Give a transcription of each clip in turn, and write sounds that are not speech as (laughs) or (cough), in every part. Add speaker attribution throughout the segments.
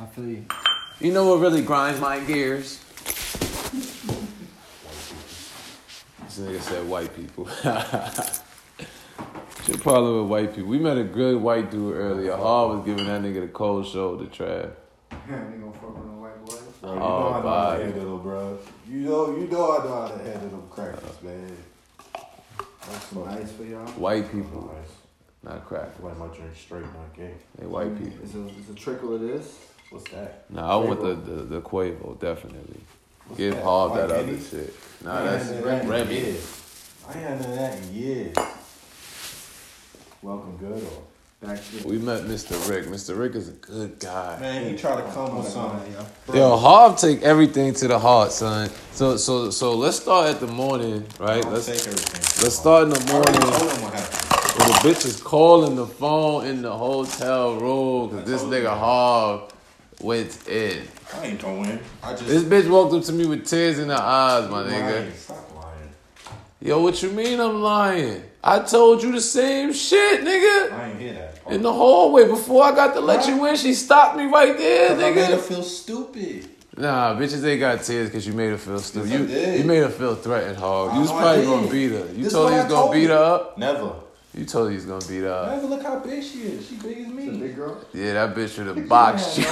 Speaker 1: I feel you.
Speaker 2: You know what really grinds my gears? This nigga said white people. (laughs) Your problem with white people. We met a good white dude earlier. Hall was giving that nigga the cold shoulder,
Speaker 1: Nigga
Speaker 2: Trav.
Speaker 1: gonna fuck with them white boys.
Speaker 3: Bro, you
Speaker 2: Oh,
Speaker 3: know I know how
Speaker 2: bye.
Speaker 3: to handle them, bro. You know, you know I know how to handle them crackers, man.
Speaker 1: That's some ice for y'all.
Speaker 2: White
Speaker 3: Nice.
Speaker 2: people, not crack.
Speaker 3: Like my drink straight, not gay.
Speaker 2: They white people.
Speaker 1: It's a, it's a trickle of this.
Speaker 3: What's that?
Speaker 2: No, I want the, the, the Quavo, definitely.
Speaker 3: What's
Speaker 2: Give
Speaker 3: that?
Speaker 2: Hall that
Speaker 3: White
Speaker 2: other
Speaker 3: Eddie?
Speaker 2: shit.
Speaker 3: I
Speaker 2: Nah,
Speaker 3: ain't
Speaker 2: that's
Speaker 3: had none of that in
Speaker 2: Remy.
Speaker 3: years. I ain't had none of that in years. Welcome, good or
Speaker 1: Back to
Speaker 2: We met Mr. Rick. Mr. Rick is a good guy.
Speaker 3: man, he tried to come with something.
Speaker 2: Yo, Hov take everything to the heart, son. So so so let's start at the morning, right?
Speaker 3: Don't
Speaker 2: Let's
Speaker 3: take everything.
Speaker 2: let's start in the
Speaker 3: I already
Speaker 2: morning.
Speaker 3: told him what happened.
Speaker 2: Well, the bitch is calling the phone in the hotel room because this
Speaker 3: told you.
Speaker 2: nigga Hov went in.
Speaker 3: I ain't going. I just
Speaker 2: This bitch walked up to me with tears in her eyes, my nigga.
Speaker 3: Lying. Stop lying.
Speaker 2: Yo, what you mean I'm lying? I told you the same shit, nigga.
Speaker 3: I ain't hear that.
Speaker 2: In the hallway before I got to let you in, she stopped me right there,
Speaker 3: I made her
Speaker 2: nigga.
Speaker 3: feel stupid.
Speaker 2: Nah, bitches ain't got tears because you made her feel stupid.
Speaker 3: Yes, I
Speaker 2: You,
Speaker 3: did.
Speaker 2: you made her feel threatened, hog. You
Speaker 3: I
Speaker 2: was
Speaker 3: know I
Speaker 2: probably
Speaker 3: did.
Speaker 2: gonna beat her. You
Speaker 3: This
Speaker 2: told
Speaker 3: what
Speaker 2: her you
Speaker 3: I
Speaker 2: was gonna
Speaker 3: told
Speaker 2: beat
Speaker 3: her.
Speaker 2: her up.
Speaker 3: Never.
Speaker 2: You told her you was gonna beat her up.
Speaker 3: Never look how big she is. She big as
Speaker 1: The
Speaker 3: me.
Speaker 1: big girl.
Speaker 2: Yeah, that bitch should have boxed you.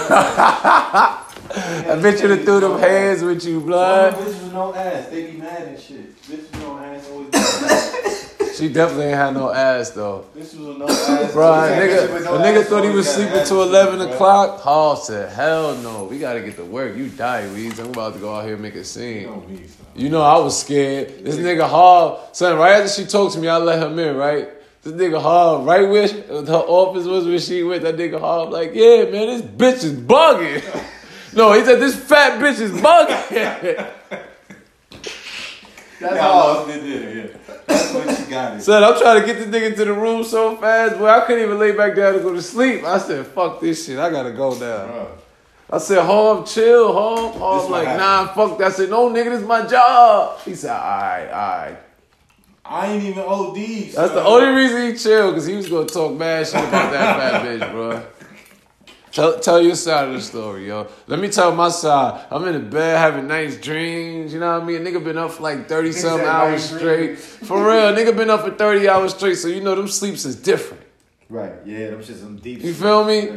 Speaker 2: That bitch should have threw them hands with you,
Speaker 3: Some
Speaker 2: blood.
Speaker 3: bitches with no ass, they be mad and shit. Bitches with no ass always be mad.
Speaker 2: She definitely ain't had no ass though.
Speaker 3: Bitches with no ass.
Speaker 2: Bro,
Speaker 3: always got
Speaker 2: nigga,
Speaker 3: bitches with no
Speaker 2: a nigga
Speaker 3: ass
Speaker 2: thought he
Speaker 3: always
Speaker 2: was
Speaker 3: got
Speaker 2: sleeping till
Speaker 3: attitude,
Speaker 2: 11
Speaker 3: bruh.
Speaker 2: o'clock. Hall said, hell no, we gotta get to work. You die, Weeds. I'm about to go out here and make a
Speaker 3: You
Speaker 2: scene.
Speaker 3: know me, son.
Speaker 2: You know, I was scared. This nigga Hall, son, right after she talked to me, I let him in, right? This nigga Hall, right where she- her office was when she went, that nigga Hall, like, yeah, man, this bitch is bugging. (laughs) No, he said, this fat bitch is bugging. (laughs)
Speaker 1: That's
Speaker 3: Yeah, I
Speaker 1: all.
Speaker 3: lost it there, yeah. That's what you got it.
Speaker 2: Son, I'm trying to get this nigga to the room so fast, boy, I couldn't even lay back down to go to sleep. I said, fuck this shit, I gotta go now.
Speaker 3: Bruh.
Speaker 2: I said, home, chill,
Speaker 3: This
Speaker 2: home. Home,
Speaker 3: what
Speaker 2: like,
Speaker 3: happened.
Speaker 2: nah, fuck that. I said, no, nigga, this is my job. He said, alright, alright.
Speaker 3: I ain't even OD.
Speaker 2: That's the only reason he chilled, because he was gonna talk mad shit about that fat bitch, bro. Tell, tell your side of the story, yo. Let me tell my side. I'm in the bed having nice dreams. You know what I mean? Nigga been up for like 30 something
Speaker 1: said
Speaker 2: hours
Speaker 1: nice
Speaker 2: straight. For real, nigga been up for 30 hours straight, so you know them sleeps is different.
Speaker 1: Right. Yeah, them shit some deep.
Speaker 2: You
Speaker 1: shit.
Speaker 2: feel me?
Speaker 1: Yeah.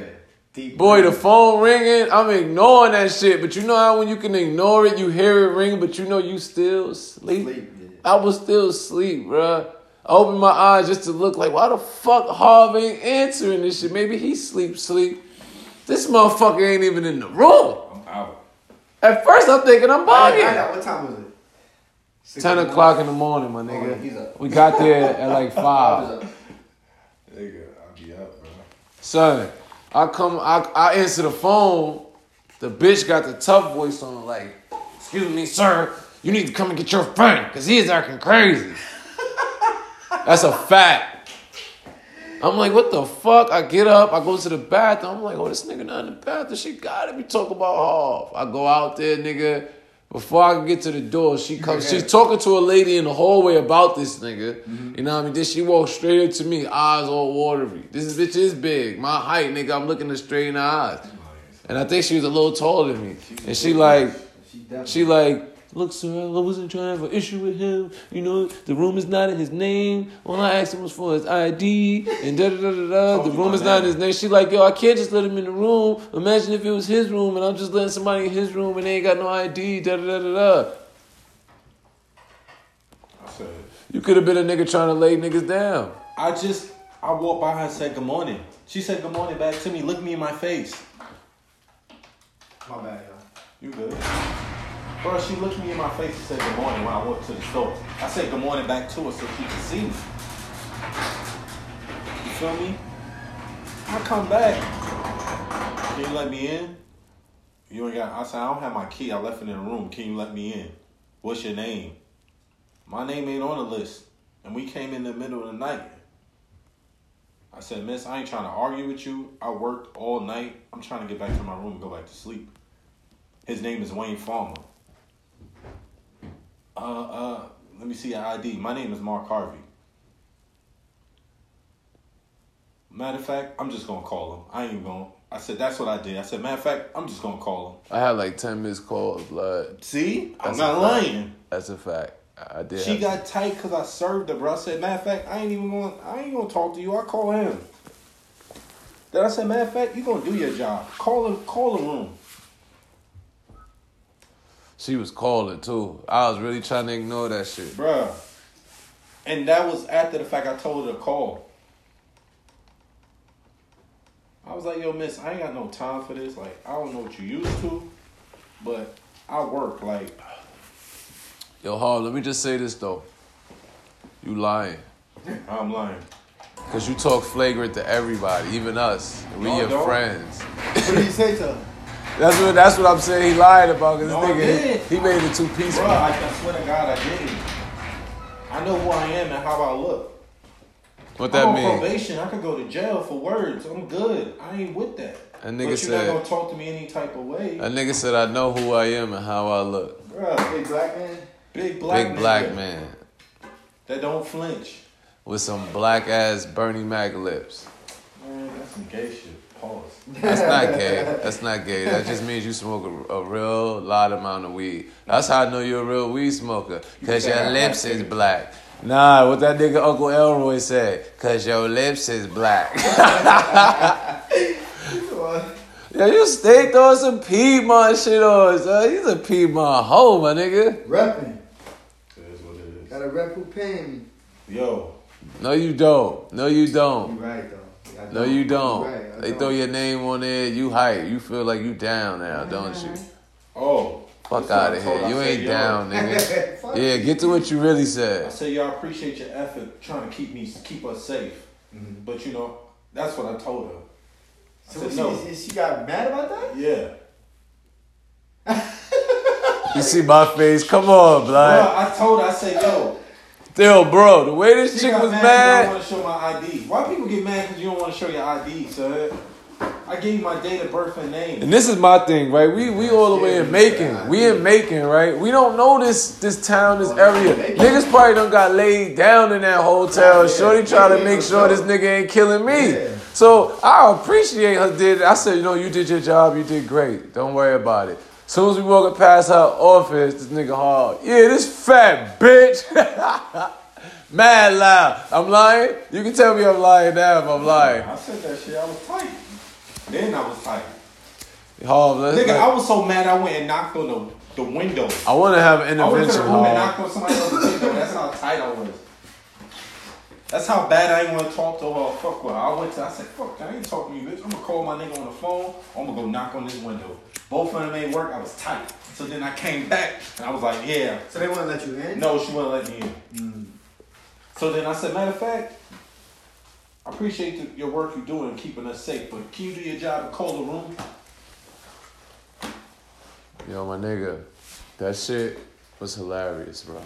Speaker 1: Deep.
Speaker 2: Boy, the phone ringing. I'm ignoring that shit. But you know how when you can ignore it, you hear it ring, but you know you still sleep.
Speaker 1: Sleep, yeah.
Speaker 2: I was still asleep, bruh. I opened my eyes just to look like, why the fuck Harvey ain't answering this shit? Maybe he sleep, sleep. This motherfucker ain't even in the room.
Speaker 3: I'm out.
Speaker 2: At first, I'm thinking I'm
Speaker 1: I got- I
Speaker 2: bugging.
Speaker 1: got- What time was it? Six
Speaker 2: 10
Speaker 1: in the
Speaker 2: o'clock in the morning, my
Speaker 1: morning. Oh, yeah,
Speaker 2: nigga.
Speaker 1: he's up.
Speaker 2: We got there
Speaker 1: (laughs)
Speaker 2: at like 5.
Speaker 1: He's up.
Speaker 3: Nigga, I'll be up, bro.
Speaker 2: Son, I come, I, I answer the phone. The bitch got the tough voice on, like, excuse me, sir, you need to come and get your friend, because he is
Speaker 1: (laughs)
Speaker 2: acting crazy. That's a fact. I'm like, what the fuck? I get up, I go to the bathroom. I'm like, oh, this nigga not in the bathroom. She gotta be talking about off. I go out there, nigga. Before I can get to the door, she comes. She's talking to a lady in the hallway about this nigga. You know what I mean? Then she walks straight up to me, eyes all watery. This is- bitch is big, my height, nigga. I'm looking her straight in the eyes, and I think she was a little taller than me. And she like,
Speaker 1: She definitely.
Speaker 2: she like, look, sir, I wasn't trying to have an issue with him. You know, the room is not in his name. All I asked him was for his ID and da da da da da. The
Speaker 3: you
Speaker 2: room
Speaker 3: Oh my
Speaker 2: is not in
Speaker 3: name.
Speaker 2: his name. She like, yo, I can't just let him in the room. Imagine if it was his room and I'm just letting somebody in his room and they ain't got no ID. Da da da da da.
Speaker 3: I said,
Speaker 2: You could have been a nigga trying to lay niggas down.
Speaker 3: I just, I walked by her and said good morning. She said good morning back to me. Look me in my face.
Speaker 1: My bad, y'all.
Speaker 3: You good? Bro, she looked me in my face and said good morning when I walked to the store. I said good morning back to her so she could see me. You feel me? I come back. Can you let me in? You ain't got. I said I don't have my key. I left it in the room. Can you let me in? What's your name? My name ain't on the list, and we came in the middle of the night. I said, Miss, I ain't trying to argue with you. I worked all night. I'm trying to get back to my room and go back to sleep. His name is Wayne Farmer. Uh, uh, let me see your ID. My name is Mark Harvey. Matter of fact, I'm just gonna call him. I ain't even gonna. I said, that's what I did. I said, matter of fact, I'm just gonna call him.
Speaker 2: I had like ten missed calls. Blood.
Speaker 3: See, I'm
Speaker 2: That's
Speaker 3: not
Speaker 2: a fact.
Speaker 3: lying.
Speaker 2: That's a fact. I did.
Speaker 3: She
Speaker 2: have-
Speaker 3: got tight because I served her, bro. I said, matter of fact, I ain't even going. I ain't gonna talk to you. I call him. Then I said, matter of fact, you gonna do your job. Call him. Call the room.
Speaker 2: She was calling too. I was really trying to ignore that shit.
Speaker 3: Bruh. And that was after the fact I told her to call. I was like, yo, miss, I ain't got no time for this. Like, I don't know what you used to, but I work. Like,
Speaker 2: Yo, Hall, let me just say this though. You lying.
Speaker 3: I'm lying.
Speaker 2: Cause you talk flagrant to everybody, even us. We
Speaker 3: No, I
Speaker 2: your
Speaker 3: don't.
Speaker 2: friends.
Speaker 1: What did you say to her?
Speaker 2: That's what that's what I'm saying. He lied about because
Speaker 3: No, I did.
Speaker 2: this nigga he, he made it too peaceful.
Speaker 3: Bruh, I, I swear to God, I didn't. I know who I am and how I look.
Speaker 2: What
Speaker 3: I'm
Speaker 2: that
Speaker 3: on
Speaker 2: mean?
Speaker 3: probation. I could go to jail for words. I'm good. I ain't with that.
Speaker 2: That nigga
Speaker 3: but you're
Speaker 2: said-
Speaker 3: not gonna talk to me any type of way,
Speaker 2: That nigga said I know who I am and how I look.
Speaker 3: Bruh,
Speaker 1: Big black man?
Speaker 3: Big black
Speaker 2: Big black
Speaker 3: nigga
Speaker 2: man
Speaker 3: that don't flinch.
Speaker 2: with some black ass Bernie Mac lips.
Speaker 3: Man, that's some gay shit. Pause. (laughs)
Speaker 2: That's not gay. That's not gay. That just means you smoke a, a real lot amount of weed. That's how I know you're a real weed smoker. Cause
Speaker 3: You said
Speaker 2: your
Speaker 3: that
Speaker 2: lips
Speaker 3: last
Speaker 2: is
Speaker 3: week.
Speaker 2: black. Nah, what that nigga Uncle Elroy said. Cause your lips is black. (laughs) Yo, you stay throwing some Piedmont shit on, son. He's a Piedmont hoe, my nigga.
Speaker 1: Repping.
Speaker 3: It is what it
Speaker 1: Gotta rep who paying me.
Speaker 3: is. Yo,
Speaker 2: No, you don't. No, you
Speaker 1: You
Speaker 2: don't.
Speaker 1: right, though. I
Speaker 2: No, you don't.
Speaker 1: Right, I
Speaker 2: they
Speaker 1: don't. (laughs)
Speaker 2: throw your name on there, you hype. You feel like you down now, don't you?
Speaker 3: oh.
Speaker 2: Fuck
Speaker 3: That's what
Speaker 2: out
Speaker 3: I
Speaker 2: of
Speaker 3: told her. I
Speaker 2: here. You
Speaker 3: said,
Speaker 2: ain't
Speaker 3: yo.
Speaker 2: down,
Speaker 3: (laughs)
Speaker 2: nigga.
Speaker 1: Fuck
Speaker 2: Yeah, get to what you really
Speaker 3: I
Speaker 2: said.
Speaker 3: said, y'all appreciate your effort trying to keep me, keep us safe.
Speaker 1: Mhm.
Speaker 3: But you know, that's what I told her. I
Speaker 1: So
Speaker 3: said,
Speaker 1: she,
Speaker 3: no.
Speaker 1: she got mad about that?
Speaker 3: Yeah.
Speaker 2: You see my face? Come on, blood.
Speaker 3: Bruh, I told her, I said, yo.
Speaker 2: Still, bro, the way this chick
Speaker 3: got
Speaker 2: was
Speaker 3: 'cause I don't
Speaker 2: mad.
Speaker 3: want to show my ID. Why people get mad because you don't want to show your ID, sir? I gave you my date of birth and name.
Speaker 2: And this is my thing, right? We we all the way in Macon. We in Macon, right? We don't know this this town, this area. Niggas probably done got laid down in that hotel. Shorty trying to make sure this nigga ain't killing me. So I appreciate her did. I said, you know, you did your job. You did great. Don't worry about it. Soon as we walking past her office, this nigga hard. Yeah, this fat bitch. (laughs) Mad loud. I'm lying. You can tell me I'm lying now if I'm lying.
Speaker 3: I said that shit. I was tight. Then I was tight.
Speaker 2: Hall, let's-
Speaker 3: Nigga, I was so mad I went and knocked on the, the window.
Speaker 2: I want to have an
Speaker 3: I went to
Speaker 2: intervention,
Speaker 3: the room and
Speaker 2: Hall.
Speaker 3: knocked on somebody else's window. That's how tight I was. That's how bad I ain't want to talk to her. or Fuck with her. I went to. I said, "Fuck, I ain't talking to you, bitch. I'm gonna call my nigga on the phone. I'm gonna go knock on this window." Both of them ain't work. I was tight. So then I came back and I was like, "Yeah,
Speaker 1: So they want to let you in?
Speaker 3: no, she wouldn't let me in."
Speaker 2: Mm.
Speaker 3: So then I said, "Matter of fact, I appreciate the, your work you doing and keeping us safe, but can you do your job and call the room?"
Speaker 2: Yo, my nigga, that shit was hilarious, bro.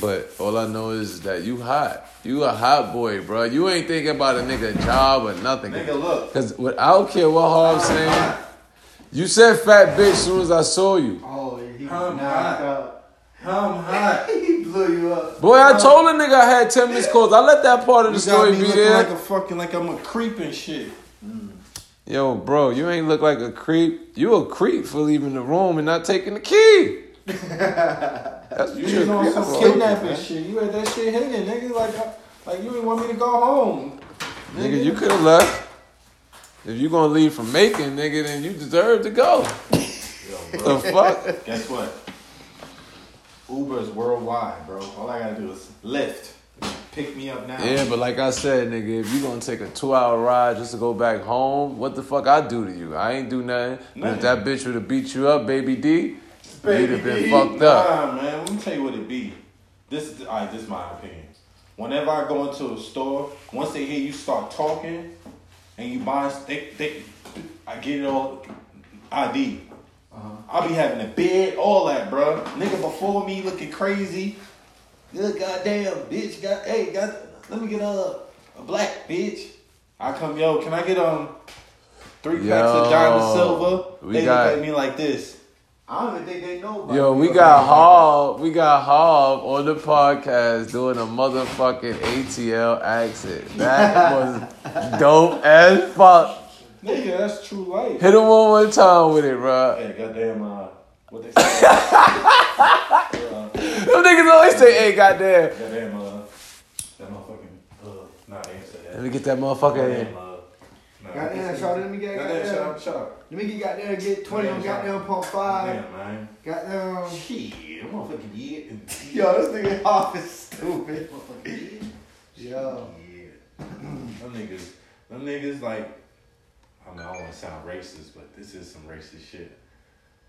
Speaker 2: But all I know is that you hot. You a hot boy, bro. You ain't thinking about a nigga job or nothing.
Speaker 3: Nigga, look.
Speaker 2: Cause what, I don't care what Harb saying. You said fat bitch soon as I saw you.
Speaker 1: Oh, yeah, he
Speaker 3: Huh,
Speaker 1: was
Speaker 3: hot.
Speaker 1: knocked up.
Speaker 3: I'm hot.
Speaker 1: (laughs) he blew you up.
Speaker 2: Boy, I told a nigga I had 10 missed calls. I let that part of the
Speaker 3: You got
Speaker 2: story
Speaker 3: me
Speaker 2: be
Speaker 3: looking
Speaker 2: there.
Speaker 3: like a fucking like I'm a creep and shit.
Speaker 2: Yo, bro, you ain't look like a creep. You a creep for leaving the room and not taking
Speaker 3: (laughs)
Speaker 2: the key. That's what
Speaker 3: You
Speaker 2: you a
Speaker 3: was on
Speaker 2: creep
Speaker 3: some
Speaker 2: for.
Speaker 3: kidnapping shit. You had that shit hidden, nigga. Like, I- like you didn't want me to go home.
Speaker 2: Nigga, you could have left. If you gonna leave from Macon, nigga, then you deserve to go. The fuck?
Speaker 3: Guess what? Uber is worldwide, bro. All I gotta do is lift. Pick me up now.
Speaker 2: Yeah, but like I said, nigga, if you gonna take a two hour ride just to go back home, what the fuck I do to you? I ain't do nothing. But
Speaker 3: Nothing.
Speaker 2: if that bitch would have beat you up, baby D, you'd
Speaker 1: Baby
Speaker 2: have been
Speaker 1: D,
Speaker 2: fucked up.
Speaker 3: Nah, man. Let me tell you what it be. This, is- all right, this is my opinion. Whenever I go into a store, once they hear you start talking and you buy, they, they, I get it all ID.
Speaker 2: Uh-huh.
Speaker 3: I'll be having a bid, all that, bruh. Nigga before me looking crazy. Good goddamn bitch. Got hey, got. Let me get a a black bitch. I come, yo. Can I get um three packs of
Speaker 2: Yo,
Speaker 3: diamond silver?
Speaker 2: we
Speaker 3: they
Speaker 2: got-
Speaker 3: look at me like this.
Speaker 1: I don't even think they know about
Speaker 2: Yo,
Speaker 1: you.
Speaker 2: we got Hob, we got Hob on the podcast doing a motherfucking ATL accent. That was dope as fuck.
Speaker 3: Nigga, that's true life.
Speaker 2: Hit him one more time with it, bro.
Speaker 3: Hey, goddamn, uh, what (laughs) they say? uh,
Speaker 2: Them niggas always say, "Hey, goddamn."
Speaker 3: goddamn, uh, that motherfucking, uh, nah, they ain't say that.
Speaker 2: Let me get that motherfucker in.
Speaker 3: Goddamn, uh, nah,
Speaker 1: Goddamn, shout out, let me get
Speaker 3: Goddamn, shout
Speaker 1: goddamn.
Speaker 3: out, shout out.
Speaker 1: Let me get goddamn get 20 on
Speaker 3: Goddamn,
Speaker 1: goddamn pump 5.
Speaker 3: Damn, man.
Speaker 1: Goddamn.
Speaker 3: Shit, that motherfucking yeah. and-
Speaker 1: Yo, this nigga (laughs) off is stupid.
Speaker 3: Motherfucking yeah.
Speaker 1: Yo.
Speaker 3: Yeah. them niggas, them niggas like, I mean, I don't want to sound racist, but this is some racist shit.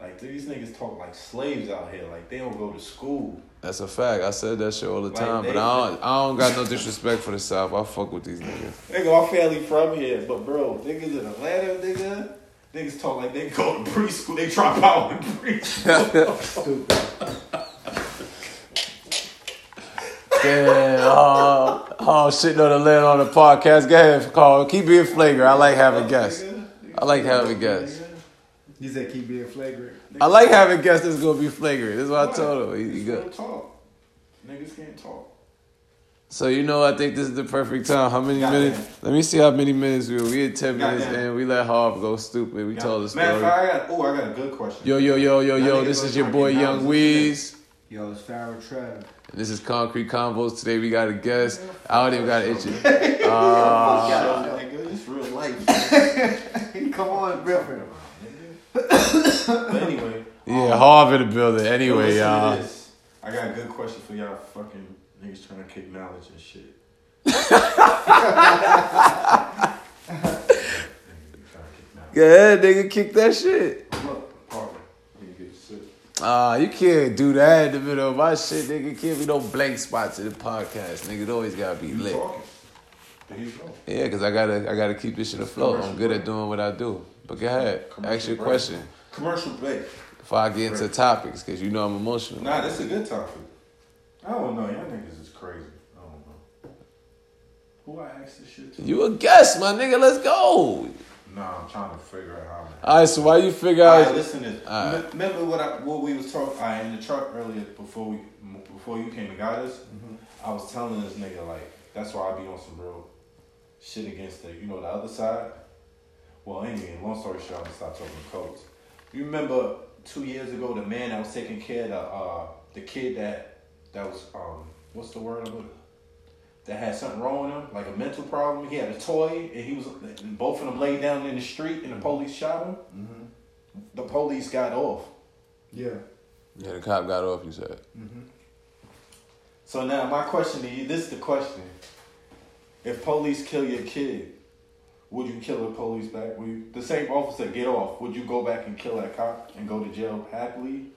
Speaker 3: Like these niggas talk like slaves out here. Like they don't go to school.
Speaker 2: That's a fact. I said that shit all the
Speaker 3: Like,
Speaker 2: time, but
Speaker 3: they-
Speaker 2: I don't. I don't got no disrespect for the South. I fuck with these niggas.
Speaker 3: Nigga, I'm fairly from here, but bro, niggas in Atlanta, nigga, niggas talk like they go to preschool. They drop out in preschool.
Speaker 1: Stupid.
Speaker 2: Damn. Oh, oh shit! No, the land on the podcast. Go ahead, call. Keep being flagrant. I like having guests. I like having guests.
Speaker 1: You said keep being flagrant.
Speaker 2: I like having guests that's gonna be flagrant. That's what I told him. He, he good.
Speaker 3: Can't talk. Niggas can't talk.
Speaker 2: So you know, I think this is the perfect time. How many
Speaker 3: Goddamn.
Speaker 2: minutes? Let me see how many minutes we were. We had ten minutes,
Speaker 3: Goddamn.
Speaker 2: and we let Harv go stupid. We told the
Speaker 3: Matter of
Speaker 2: story.
Speaker 3: fact, I got, oh, I got a good question.
Speaker 2: Yo, yo, yo, yo,
Speaker 3: That
Speaker 2: yo!
Speaker 3: nigga
Speaker 2: This
Speaker 3: goes
Speaker 2: is your
Speaker 3: fucking
Speaker 2: boy
Speaker 3: thousands
Speaker 2: Young
Speaker 3: of
Speaker 2: Weez.
Speaker 1: Yo, it's Farrell (laughs) Trev.
Speaker 2: And this is Concrete Convos. Today we got a guest. I don't even got
Speaker 3: (laughs)
Speaker 2: an itch. Uh,
Speaker 3: Yo, nigga, it's real
Speaker 2: (coughs)
Speaker 3: life.
Speaker 1: Come on, Griffin.
Speaker 3: but anyway.
Speaker 2: Yeah, Harv in the building.
Speaker 3: Yo, Oh.
Speaker 2: Anyway,
Speaker 3: listen to
Speaker 2: y'all.
Speaker 3: this. I got a good question for y'all fucking niggas trying to kick knowledge and
Speaker 2: (laughs)
Speaker 3: shit. Niggas trying to kick knowledge.
Speaker 2: Go ahead, nigga. Kick that shit.
Speaker 3: Look, Harvey, let me get a sip.
Speaker 2: Ah, you can't do that in the middle of my shit, nigga. Can't be no blank spots in the podcast, nigga. It always gotta be
Speaker 3: You
Speaker 2: lit.
Speaker 3: talking. There you go.
Speaker 2: Yeah, cause I gotta, I gotta keep this shit afloat. I'm
Speaker 3: Commercial
Speaker 2: good at
Speaker 3: break.
Speaker 2: doing what I do. But go ahead, ask
Speaker 3: Commercial
Speaker 2: your
Speaker 3: break.
Speaker 2: question
Speaker 3: Commercial break.
Speaker 2: before I get into
Speaker 3: Break.
Speaker 2: topics, cause you know I'm emotional.
Speaker 3: Nah, that's a good topic. I don't know. Y'all niggas is crazy. I don't know. Who I asked this shit to?
Speaker 2: You a guest, my nigga. Let's go.
Speaker 3: Nah, I'm trying to figure out how. I'm gonna-
Speaker 2: All right, so why you figure
Speaker 3: All right,
Speaker 2: out?
Speaker 3: listen to this.
Speaker 2: All right.
Speaker 3: Me- Remember what I, what we was talking I, in the truck earlier before we before you came and got us. I was telling this nigga like that's why I be on some real shit against the you know the other side. Well, anyway, long story short, I'm gonna stop talking codes. You remember two years ago the man that was taking care of the, uh, the kid that that was um what's the word I'm looking- that had something wrong with him like a mental problem. He had a toy and he was and both of them laid down in the street and the police shot him the police got off.
Speaker 1: Yeah.
Speaker 2: Yeah, the cop got off. You said.
Speaker 3: So now my question to you, this is the question. If police kill your kid, would you kill the police back? Would you, the same officer get off, would you go back and kill that cop and go to jail happily?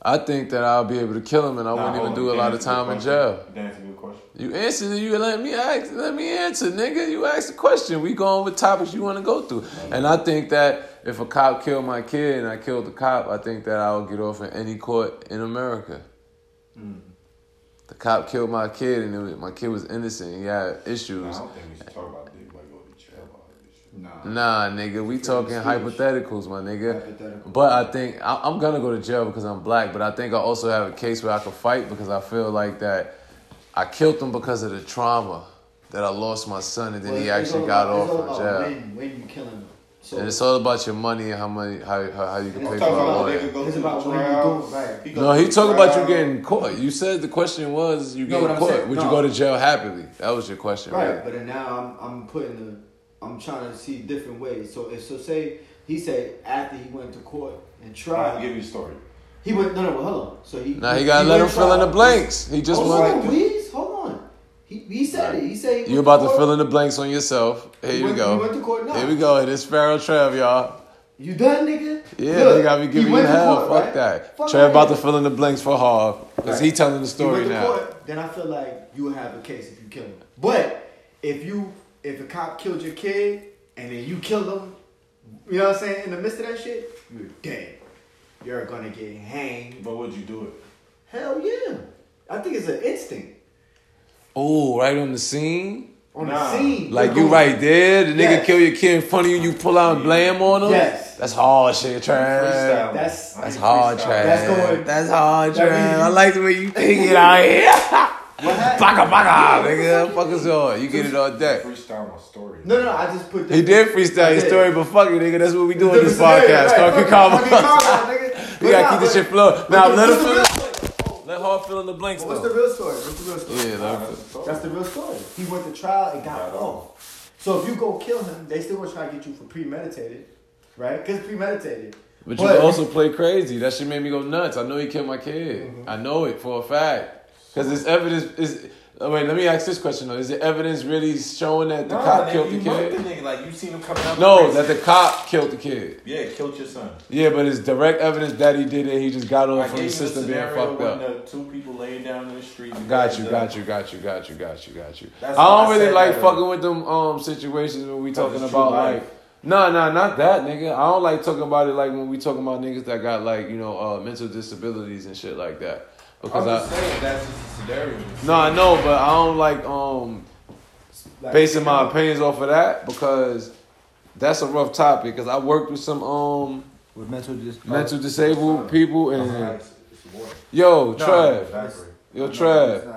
Speaker 2: I think that I'll be able to kill him, and I
Speaker 3: Nah,
Speaker 2: wouldn't even
Speaker 3: hold
Speaker 2: do a
Speaker 3: on.
Speaker 2: lot of
Speaker 3: That's a good
Speaker 2: time in
Speaker 3: question.
Speaker 2: jail.
Speaker 3: That's a good question.
Speaker 2: You answer, you let me ask, let me answer, nigga. You ask the question. We going with topics you want to go through. And I think that if a cop killed my kid and I killed the cop, I think that I'll get off in any court in America.
Speaker 3: Hmm.
Speaker 2: The cop killed my kid, and it was, my kid was innocent. He had
Speaker 3: Nah,
Speaker 2: issues.
Speaker 3: I don't think we should talk about this, like go to jail. all this shit.
Speaker 1: Nah.
Speaker 2: Nah, nigga, we talking
Speaker 1: speech.
Speaker 2: hypotheticals, my nigga.
Speaker 1: Hypothetical.
Speaker 2: But I think I, I'm gonna go to jail because I'm black. But I think I also have a case where I could fight because I feel like that I killed him because of the trauma that I lost my son, and then
Speaker 1: Well,
Speaker 2: he
Speaker 1: it's
Speaker 2: actually
Speaker 1: all
Speaker 2: got
Speaker 1: about- it's all
Speaker 2: off from
Speaker 1: about
Speaker 2: jail.
Speaker 1: When, when you killing them. So
Speaker 2: And it's all about your money and how money, how how, how you can
Speaker 1: It's
Speaker 2: pay
Speaker 3: I'm
Speaker 2: for
Speaker 3: talking
Speaker 2: a
Speaker 3: about
Speaker 2: lawyer.
Speaker 3: nigga go
Speaker 1: It's
Speaker 3: to
Speaker 1: about
Speaker 3: the
Speaker 1: what you
Speaker 3: trial.
Speaker 1: doing, right.
Speaker 3: He go
Speaker 2: No,
Speaker 3: to
Speaker 2: he
Speaker 3: the
Speaker 2: talking about you
Speaker 3: trial.
Speaker 2: getting caught. You said the question was you
Speaker 1: No, what
Speaker 2: getting
Speaker 1: I'm
Speaker 2: caught.
Speaker 1: saying-
Speaker 2: Would you
Speaker 1: no.
Speaker 2: go to jail happily? That was your question, right?
Speaker 1: Right, but then now I'm I'm putting the I'm trying to see different ways. So if so, say he said after he went to court
Speaker 3: I'll
Speaker 1: and
Speaker 3: give
Speaker 1: tried,
Speaker 3: you a story.
Speaker 1: he went no no well, hold on. So he
Speaker 2: Now he gotta let him
Speaker 1: went
Speaker 2: fill in
Speaker 1: trial.
Speaker 2: the
Speaker 1: Oh,
Speaker 2: blanks. He just
Speaker 1: Hold
Speaker 2: wanted.
Speaker 1: on, please hold on. He he said it. He said he
Speaker 2: You
Speaker 1: went
Speaker 2: about to
Speaker 1: court.
Speaker 2: fill in the blanks on yourself. Here
Speaker 1: He
Speaker 2: you
Speaker 1: went- He went
Speaker 2: go.
Speaker 1: to court now.
Speaker 2: Here we go. It is Pharaoh Trev, y'all.
Speaker 1: You done, nigga?
Speaker 2: Yeah,
Speaker 1: Look,
Speaker 2: they gotta be
Speaker 1: he
Speaker 2: giving you
Speaker 1: went to
Speaker 2: hell.
Speaker 1: court,
Speaker 2: Fuck
Speaker 1: right?
Speaker 2: that.
Speaker 1: Fuck
Speaker 2: Trev about
Speaker 1: that.
Speaker 2: to fill in the blanks for Harv. Because he
Speaker 1: Right.
Speaker 2: telling the story
Speaker 1: you went
Speaker 2: now.
Speaker 1: To court, then I feel like you would have a case if you kill him. But if you if a cop killed your kid and then you killed him, you know what I'm saying? In the midst of that shit, you're dead. You're gonna get hanged.
Speaker 3: But would you do it?
Speaker 1: Hell yeah! I think it's an instinct
Speaker 2: Oh, right on the scene?
Speaker 1: on
Speaker 3: Nah.
Speaker 1: the scene.
Speaker 2: Like
Speaker 1: You're
Speaker 2: you
Speaker 1: going-
Speaker 2: right there, the nigga
Speaker 1: Yes.
Speaker 2: kill your kid in front of you, you pull out and blame on him?
Speaker 1: Yes.
Speaker 2: That's hard shit, Trev.
Speaker 3: Freestyle.
Speaker 1: that's-
Speaker 3: I
Speaker 2: That's
Speaker 3: ain't
Speaker 2: hard,
Speaker 3: freestyle.
Speaker 2: Trev.
Speaker 1: That's going-
Speaker 2: That's hard,
Speaker 1: That
Speaker 2: Trev.
Speaker 1: means-
Speaker 2: I like the way you think it out here. (laughs)
Speaker 1: What happened?
Speaker 2: Baka baka, nigga. Fuck us all. You get it all day.
Speaker 3: Freestyle my story.
Speaker 1: No, no, no, I just put.
Speaker 2: He did freestyle his
Speaker 1: I did.
Speaker 2: story, but fuck it, nigga. That's what we do in
Speaker 1: Look,
Speaker 2: this
Speaker 1: it's a- (laughs)
Speaker 2: podcast.
Speaker 1: right,
Speaker 2: Talking
Speaker 1: fuck it,
Speaker 2: comma.
Speaker 1: fucking comma,
Speaker 2: (laughs)
Speaker 1: nigga.
Speaker 2: We
Speaker 1: But
Speaker 2: gotta
Speaker 1: nah,
Speaker 2: keep this
Speaker 1: but-
Speaker 2: shit flow. Now
Speaker 1: but
Speaker 2: let her
Speaker 1: what's the real
Speaker 2: fill.
Speaker 1: story?
Speaker 2: Let her fill in the blanks
Speaker 1: What's the
Speaker 2: though.
Speaker 1: real story? What's the real story?
Speaker 2: Yeah,
Speaker 3: Nah,
Speaker 2: let her-
Speaker 3: that's the story.
Speaker 1: That's the real story. He went to trial and got
Speaker 3: Got
Speaker 1: off. So if you go kill him, they still gonna try to get you for premeditated, right? Because premeditated.
Speaker 2: But you can also play crazy. That shit made me go nuts. I know he killed my kid. I know it for a fact. Because it's evidence. Is oh, wait. Let me ask this question though. Is the evidence really showing that the
Speaker 3: Nah,
Speaker 2: cop
Speaker 3: nigga,
Speaker 2: killed the
Speaker 3: you murked
Speaker 2: kid?
Speaker 3: The nigga. Like you seen him coming out.
Speaker 2: No,
Speaker 3: the
Speaker 2: that the cop killed the kid.
Speaker 3: yeah, killed your son.
Speaker 2: Yeah, but it's direct evidence that he did it. He just got on
Speaker 3: I gave
Speaker 2: from the
Speaker 3: you the
Speaker 2: system being
Speaker 3: scenario
Speaker 2: fucked
Speaker 3: when
Speaker 2: up.
Speaker 3: the two people laying down in the street.
Speaker 2: Got you, got you, got you, got you, got you, got you.
Speaker 3: That's
Speaker 2: I
Speaker 3: why
Speaker 2: don't
Speaker 3: I
Speaker 2: really
Speaker 3: said
Speaker 2: like
Speaker 3: that,
Speaker 2: fucking with them um situations when we talking
Speaker 3: it's
Speaker 2: about
Speaker 3: true life.
Speaker 2: like no, no, not that nigga. I don't like talking about it like when we talking about niggas that got like you know uh mental disabilities and shit like that
Speaker 3: I'm
Speaker 2: because
Speaker 3: just
Speaker 2: I
Speaker 3: saying that's just a scenario.
Speaker 2: no, I know, but I don't like um
Speaker 1: like,
Speaker 2: basing my opinions off of that because that's a rough topic because I worked with some um
Speaker 1: with mental dis-
Speaker 3: uh,
Speaker 2: mental disabled people and
Speaker 3: It's- it's a war.
Speaker 2: yo Trev,
Speaker 3: Exactly.
Speaker 2: yo Trev.
Speaker 1: Trev.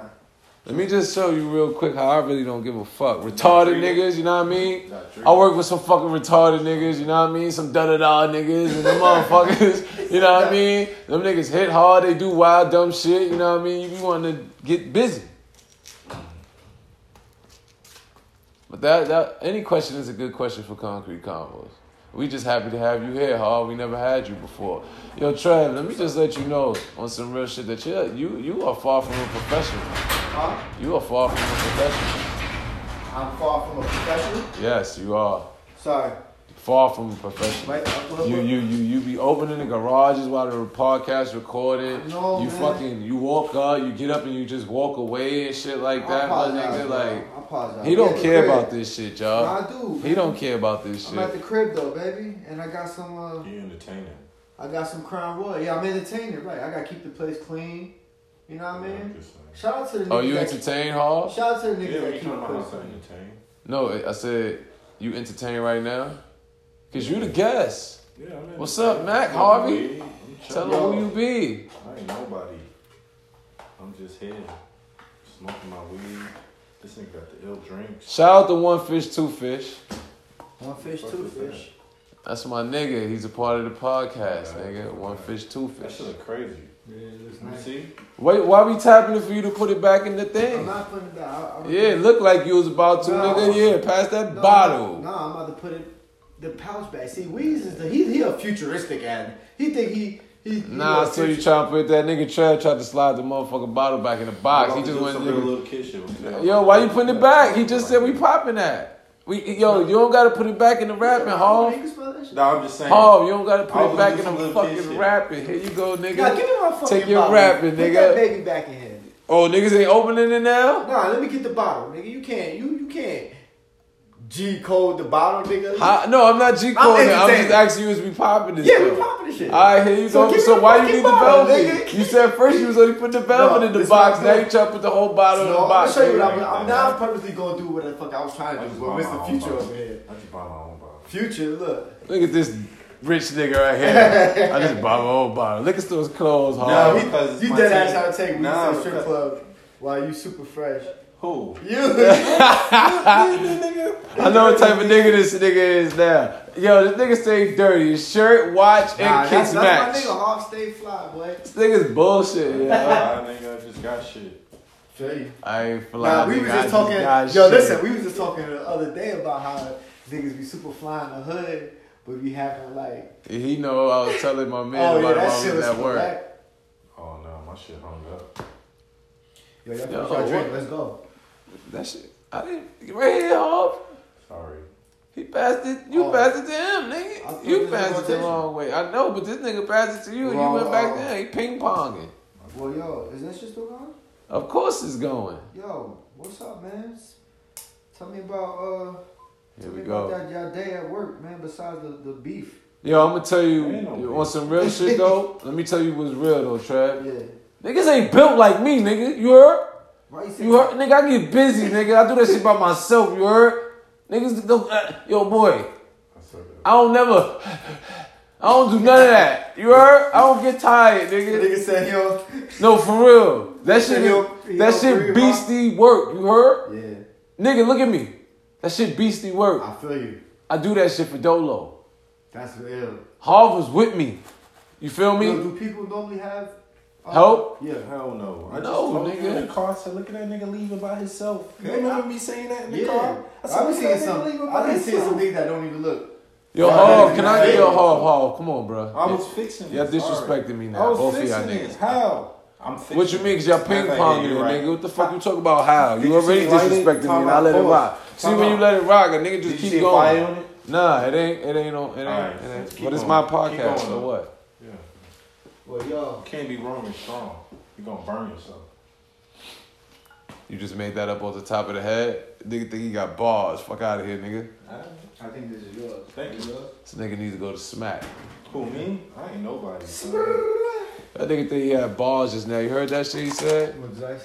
Speaker 2: Let me just show you real quick how I really don't give a fuck. Retarded
Speaker 3: treat
Speaker 2: niggas, you know what I mean?
Speaker 3: Not true.
Speaker 2: I work with some fucking retarded niggas, you know what I mean? Some da da da niggas and them motherfuckers, you know what I mean? Them niggas hit hard, they do wild dumb shit, you know what I mean? You be wanting to get busy. But that, that any question is a good question for concrete combos. We just happy to have you here, Hall. We never had you before. Yo, Trev, let me just let you know on some real shit that you you you are far from a professional.
Speaker 1: Huh?
Speaker 2: You are far from a professional.
Speaker 1: I'm far from a professional.
Speaker 2: Yes, you are
Speaker 1: Sorry.
Speaker 2: far from a professional.
Speaker 1: Wait, uh, I'm gonna-
Speaker 2: You you you you be opening the garages while the podcast recording.
Speaker 1: No,
Speaker 2: you
Speaker 1: man.
Speaker 2: fucking you walk up, you get up and you just walk away and shit like
Speaker 1: I
Speaker 2: that. My
Speaker 1: apologize. bro.
Speaker 2: nigga, like
Speaker 1: I apologize.
Speaker 2: he don't
Speaker 1: Yeah,
Speaker 2: care
Speaker 1: crib.
Speaker 2: about this shit, y'all.
Speaker 1: Nah, I do.
Speaker 2: He don't care about this
Speaker 1: I'm at
Speaker 2: shit.
Speaker 1: the crib though, baby, and I got some. Uh,
Speaker 3: You entertaining?
Speaker 1: I got some Crown Royal. Yeah, I'm entertaining, right? I gotta keep the place clean. You know what I
Speaker 3: Yeah, I'm
Speaker 1: mean?
Speaker 3: just saying.
Speaker 1: Shout out to the.
Speaker 2: Oh,
Speaker 1: niggas
Speaker 2: you
Speaker 1: that-
Speaker 2: entertain, Hall?
Speaker 1: Shout out to the niggas
Speaker 3: Yeah,
Speaker 1: that
Speaker 3: we
Speaker 1: keep
Speaker 3: come
Speaker 1: the
Speaker 3: to my
Speaker 1: place
Speaker 3: house
Speaker 1: clean.
Speaker 3: and entertain.
Speaker 2: No, I said you entertain right now, cause you the guest.
Speaker 3: Yeah, I'm
Speaker 2: What's
Speaker 3: entertaining.
Speaker 2: up, Mac
Speaker 3: I'm
Speaker 2: Harvey?
Speaker 3: weird. I'm
Speaker 2: Tell
Speaker 3: chilling.
Speaker 2: them who you be.
Speaker 3: I ain't nobody. I'm just here, smoking my weed. This nigga got the ill drinks.
Speaker 2: Shout out to One Fish, Two Fish.
Speaker 1: One fish,
Speaker 3: Fuck
Speaker 1: two
Speaker 3: with that.
Speaker 1: fish.
Speaker 2: That's my nigga. He's a part of the podcast, nigga. One fish, two
Speaker 3: That
Speaker 2: fish.
Speaker 3: shit look crazy.
Speaker 1: Yeah, it looks
Speaker 3: You
Speaker 1: nice.
Speaker 3: see?
Speaker 2: Wait, why we tapping it for you to put it back in the
Speaker 1: I'm
Speaker 2: thing?
Speaker 1: not putting it down. I- I'm-
Speaker 2: Yeah, it looked like you was about to,
Speaker 1: No.
Speaker 2: nigga. Yeah, pass that
Speaker 1: No,
Speaker 2: bottle.
Speaker 1: No, I'm about to put it the pouch back. See, Weez is the he he a futuristic ad. He think he he. he
Speaker 2: Nah,
Speaker 1: a
Speaker 2: so you
Speaker 1: futu-
Speaker 2: trying to put that nigga Trev tried to slide the motherfucking bottle back in the box. He
Speaker 3: About to
Speaker 2: just
Speaker 3: do
Speaker 2: went.
Speaker 3: some real little kid shit with that.
Speaker 2: Yo, why you putting it back? He just said we popping that. We yo, you don't gotta put it back in the wrapping,
Speaker 1: You
Speaker 2: Hov.
Speaker 1: can smell that shit.
Speaker 3: No, I'm just saying.
Speaker 2: Hov, you don't gotta
Speaker 3: I
Speaker 2: put
Speaker 3: was
Speaker 2: it
Speaker 3: gonna
Speaker 2: back in
Speaker 3: do some
Speaker 2: the
Speaker 3: little kid
Speaker 2: fucking
Speaker 3: shit.
Speaker 2: wrapping. Here you go,
Speaker 1: Nah, give
Speaker 2: nigga.
Speaker 1: me my fucking
Speaker 2: Take your
Speaker 1: bottle.
Speaker 2: wrapping,
Speaker 1: Put
Speaker 2: nigga.
Speaker 1: that baby back in here.
Speaker 2: Oh, niggas ain't opening it now.
Speaker 1: Nah, let me get the bottle, nigga. You can't. You you can't. G code the bottle, nigga.
Speaker 2: How, no, I'm not G coding. I'm,
Speaker 1: entertaining.
Speaker 2: just asking you as we popping this.
Speaker 1: Yeah, we
Speaker 2: though.
Speaker 1: popping this shit.
Speaker 2: All right, here you
Speaker 1: So
Speaker 2: go.
Speaker 1: give me
Speaker 2: So
Speaker 1: the
Speaker 2: why you
Speaker 1: fucking
Speaker 2: need the
Speaker 1: bottle,
Speaker 2: velvet?
Speaker 1: nigga.
Speaker 2: You said first you was only putting the velvet
Speaker 1: No,
Speaker 2: in the
Speaker 1: this
Speaker 2: box.
Speaker 1: is
Speaker 2: Now
Speaker 1: not
Speaker 2: you trying to put the whole bottle in
Speaker 1: No,
Speaker 2: the
Speaker 1: I'm
Speaker 2: box.
Speaker 1: gonna show you what
Speaker 2: nigga.
Speaker 1: I'm. I'm now purposely gonna do what the fuck I was trying to do. But what's the future over here?
Speaker 3: I just bought my own bottle.
Speaker 1: Future, look.
Speaker 2: Look at this rich nigga right
Speaker 1: (laughs)
Speaker 2: here. I just bought my own bottle. Liquor store's closed.
Speaker 3: No,
Speaker 2: Nah,
Speaker 1: he,
Speaker 3: because it's
Speaker 1: you
Speaker 3: my
Speaker 1: dead
Speaker 3: team.
Speaker 1: ass how to take weed
Speaker 3: Nah,
Speaker 1: to the strip
Speaker 3: because-
Speaker 1: club while you super fresh. (laughs)
Speaker 3: Who?
Speaker 1: You.
Speaker 2: I know what type of nigga this nigga is now. Yo, this nigga stay dirty. His shirt, watch, and
Speaker 1: Nah,
Speaker 2: kicks
Speaker 1: that's,
Speaker 2: match.
Speaker 1: that's my nigga. Hawk stay fly, boy.
Speaker 2: This nigga's (laughs) bullshit. Yeah.
Speaker 3: Nah, nigga, I just got shit.
Speaker 1: Feel you.
Speaker 2: I ain't fly.
Speaker 1: Nah, we
Speaker 2: nigga.
Speaker 1: was
Speaker 2: I
Speaker 1: just talking. Yo,
Speaker 2: got shit.
Speaker 1: listen, we was just talking the other day about how niggas be super fly in the hood, but be having like,
Speaker 2: He know I was telling my man
Speaker 1: oh yeah,
Speaker 2: about
Speaker 1: that
Speaker 2: it
Speaker 1: shit
Speaker 2: while we was
Speaker 1: was
Speaker 2: at work.
Speaker 1: whack.
Speaker 3: Oh no, my shit hung up.
Speaker 1: Yo, y'all
Speaker 2: Yo,
Speaker 1: finish y'all drink.
Speaker 2: what?
Speaker 1: Let's go.
Speaker 2: That shit. I didn't. Right here, Hov.
Speaker 3: Sorry.
Speaker 2: He passed it. You
Speaker 1: Oh.
Speaker 2: passed it to him,
Speaker 1: I thought
Speaker 2: nigga.
Speaker 1: this
Speaker 2: You
Speaker 1: was
Speaker 2: passed it the
Speaker 1: rotation.
Speaker 2: long way. I know, but this nigga passed it to you, and you
Speaker 1: Wrong,
Speaker 2: went back
Speaker 1: uh,
Speaker 2: there. He ping ponging.
Speaker 1: Well, yo, is that shit still going?
Speaker 2: Of course, it's going.
Speaker 1: Yo, what's up, man? S- Tell me about uh.
Speaker 2: Here
Speaker 1: tell
Speaker 2: we
Speaker 1: me about
Speaker 2: go.
Speaker 1: That y'all day at work, man. Besides the, the beef.
Speaker 2: Yo, I'm gonna tell you
Speaker 3: Ain't no
Speaker 2: you
Speaker 3: beef.
Speaker 2: on some real
Speaker 1: (laughs)
Speaker 2: shit though. Let me tell you what's real though, Trav.
Speaker 1: Yeah.
Speaker 2: Niggas ain't built like me, nigga. You heard?
Speaker 1: Why you say
Speaker 2: You heard? Nigga, I get busy, nigga. I do that shit by myself. You heard? Niggas, don't, uh, yo, boy.
Speaker 3: I said that.
Speaker 2: I don't never. I don't do none of that. You heard? I don't get tired, nigga.
Speaker 1: Nigga said he don't.
Speaker 2: No, for real. That shit,
Speaker 1: Yo,
Speaker 2: that
Speaker 1: yo,
Speaker 2: shit
Speaker 1: free,
Speaker 2: beastie work. You heard?
Speaker 1: (laughs) Yeah,
Speaker 2: Nigga, look at me. That shit beastie work.
Speaker 1: I feel you.
Speaker 2: I do that shit for Dolo.
Speaker 1: That's real.
Speaker 2: Harv was with me. You feel me?
Speaker 1: Yo, do people normally have uh,
Speaker 2: Help?
Speaker 1: Yeah.
Speaker 3: Hell no. I just
Speaker 2: No,
Speaker 3: told you
Speaker 2: nigga.
Speaker 3: in the car. I said, look at that nigga leaving by himself. You
Speaker 1: Yeah.
Speaker 3: remember me saying that in the
Speaker 1: Yeah.
Speaker 3: car? I said,
Speaker 1: I be
Speaker 3: look at
Speaker 1: seeing
Speaker 3: that nigga leaving
Speaker 1: some.
Speaker 3: by
Speaker 1: I be seeing some
Speaker 3: himself.
Speaker 1: niggas that don't even look.
Speaker 2: Yo,
Speaker 1: Yeah,
Speaker 2: Harv,
Speaker 1: that's
Speaker 2: can
Speaker 1: not
Speaker 2: I get
Speaker 1: it.
Speaker 2: your Harv? Harv, come on, bro.
Speaker 3: I was fixing
Speaker 2: Y'all
Speaker 3: it. Sorry.
Speaker 2: disrespecting me
Speaker 3: I
Speaker 2: now,
Speaker 3: was
Speaker 2: both of
Speaker 3: fixing
Speaker 2: y'all
Speaker 3: it.
Speaker 2: niggas.
Speaker 3: How? I'm fixing
Speaker 2: What you mean? Cause y'all ping ponging it, nigga. What the fuck you talk about? How
Speaker 3: Did
Speaker 2: you
Speaker 3: you
Speaker 2: already
Speaker 3: see lighting?
Speaker 2: disrespecting me?
Speaker 3: Time
Speaker 2: and I
Speaker 3: out,
Speaker 2: let it
Speaker 3: pause.
Speaker 2: rock. See
Speaker 3: Time
Speaker 2: when you
Speaker 3: out.
Speaker 2: let it rock, a nigga just
Speaker 3: Did you
Speaker 2: keep
Speaker 3: see a
Speaker 2: going.
Speaker 3: fire on it?
Speaker 2: Nah, it ain't. It ain't on. It ain't.
Speaker 3: Alright,
Speaker 2: it ain't.
Speaker 3: keep
Speaker 2: But it's
Speaker 3: going.
Speaker 2: my
Speaker 3: Keep
Speaker 2: podcast,
Speaker 3: going,
Speaker 2: so
Speaker 3: though.
Speaker 2: what?
Speaker 3: Yeah.
Speaker 1: Well, y'all.
Speaker 3: Can't be wrong and strong. You're gonna burn yourself.
Speaker 2: You just made that up off the top of the head. Nigga think he got bars. Fuck out of here, nigga.
Speaker 3: Alright.
Speaker 1: I think this is yours.
Speaker 3: Thank you, love.
Speaker 2: This nigga needs to go to smack.
Speaker 3: Who me? I ain't nobody. son.
Speaker 2: That nigga think he had bars just now. You heard that shit he said?
Speaker 1: What's that?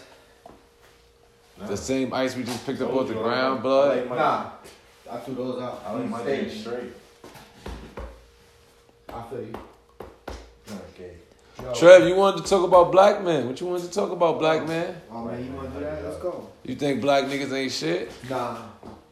Speaker 3: Nah.
Speaker 2: The same ice we just picked up
Speaker 3: Told
Speaker 2: off the
Speaker 3: you, I
Speaker 2: ground,
Speaker 3: like- I
Speaker 2: blood.
Speaker 3: like my-
Speaker 1: Nah, I threw those out.
Speaker 3: I like my
Speaker 1: Stay.
Speaker 3: name straight.
Speaker 1: I feel you.
Speaker 3: Okay.
Speaker 1: Yo.
Speaker 2: Trev, you wanted to talk about black men. What you wanted to talk about, black man?
Speaker 1: Oh man, you wanna do that? Let's go.
Speaker 2: You think black niggas ain't shit?
Speaker 1: Nah,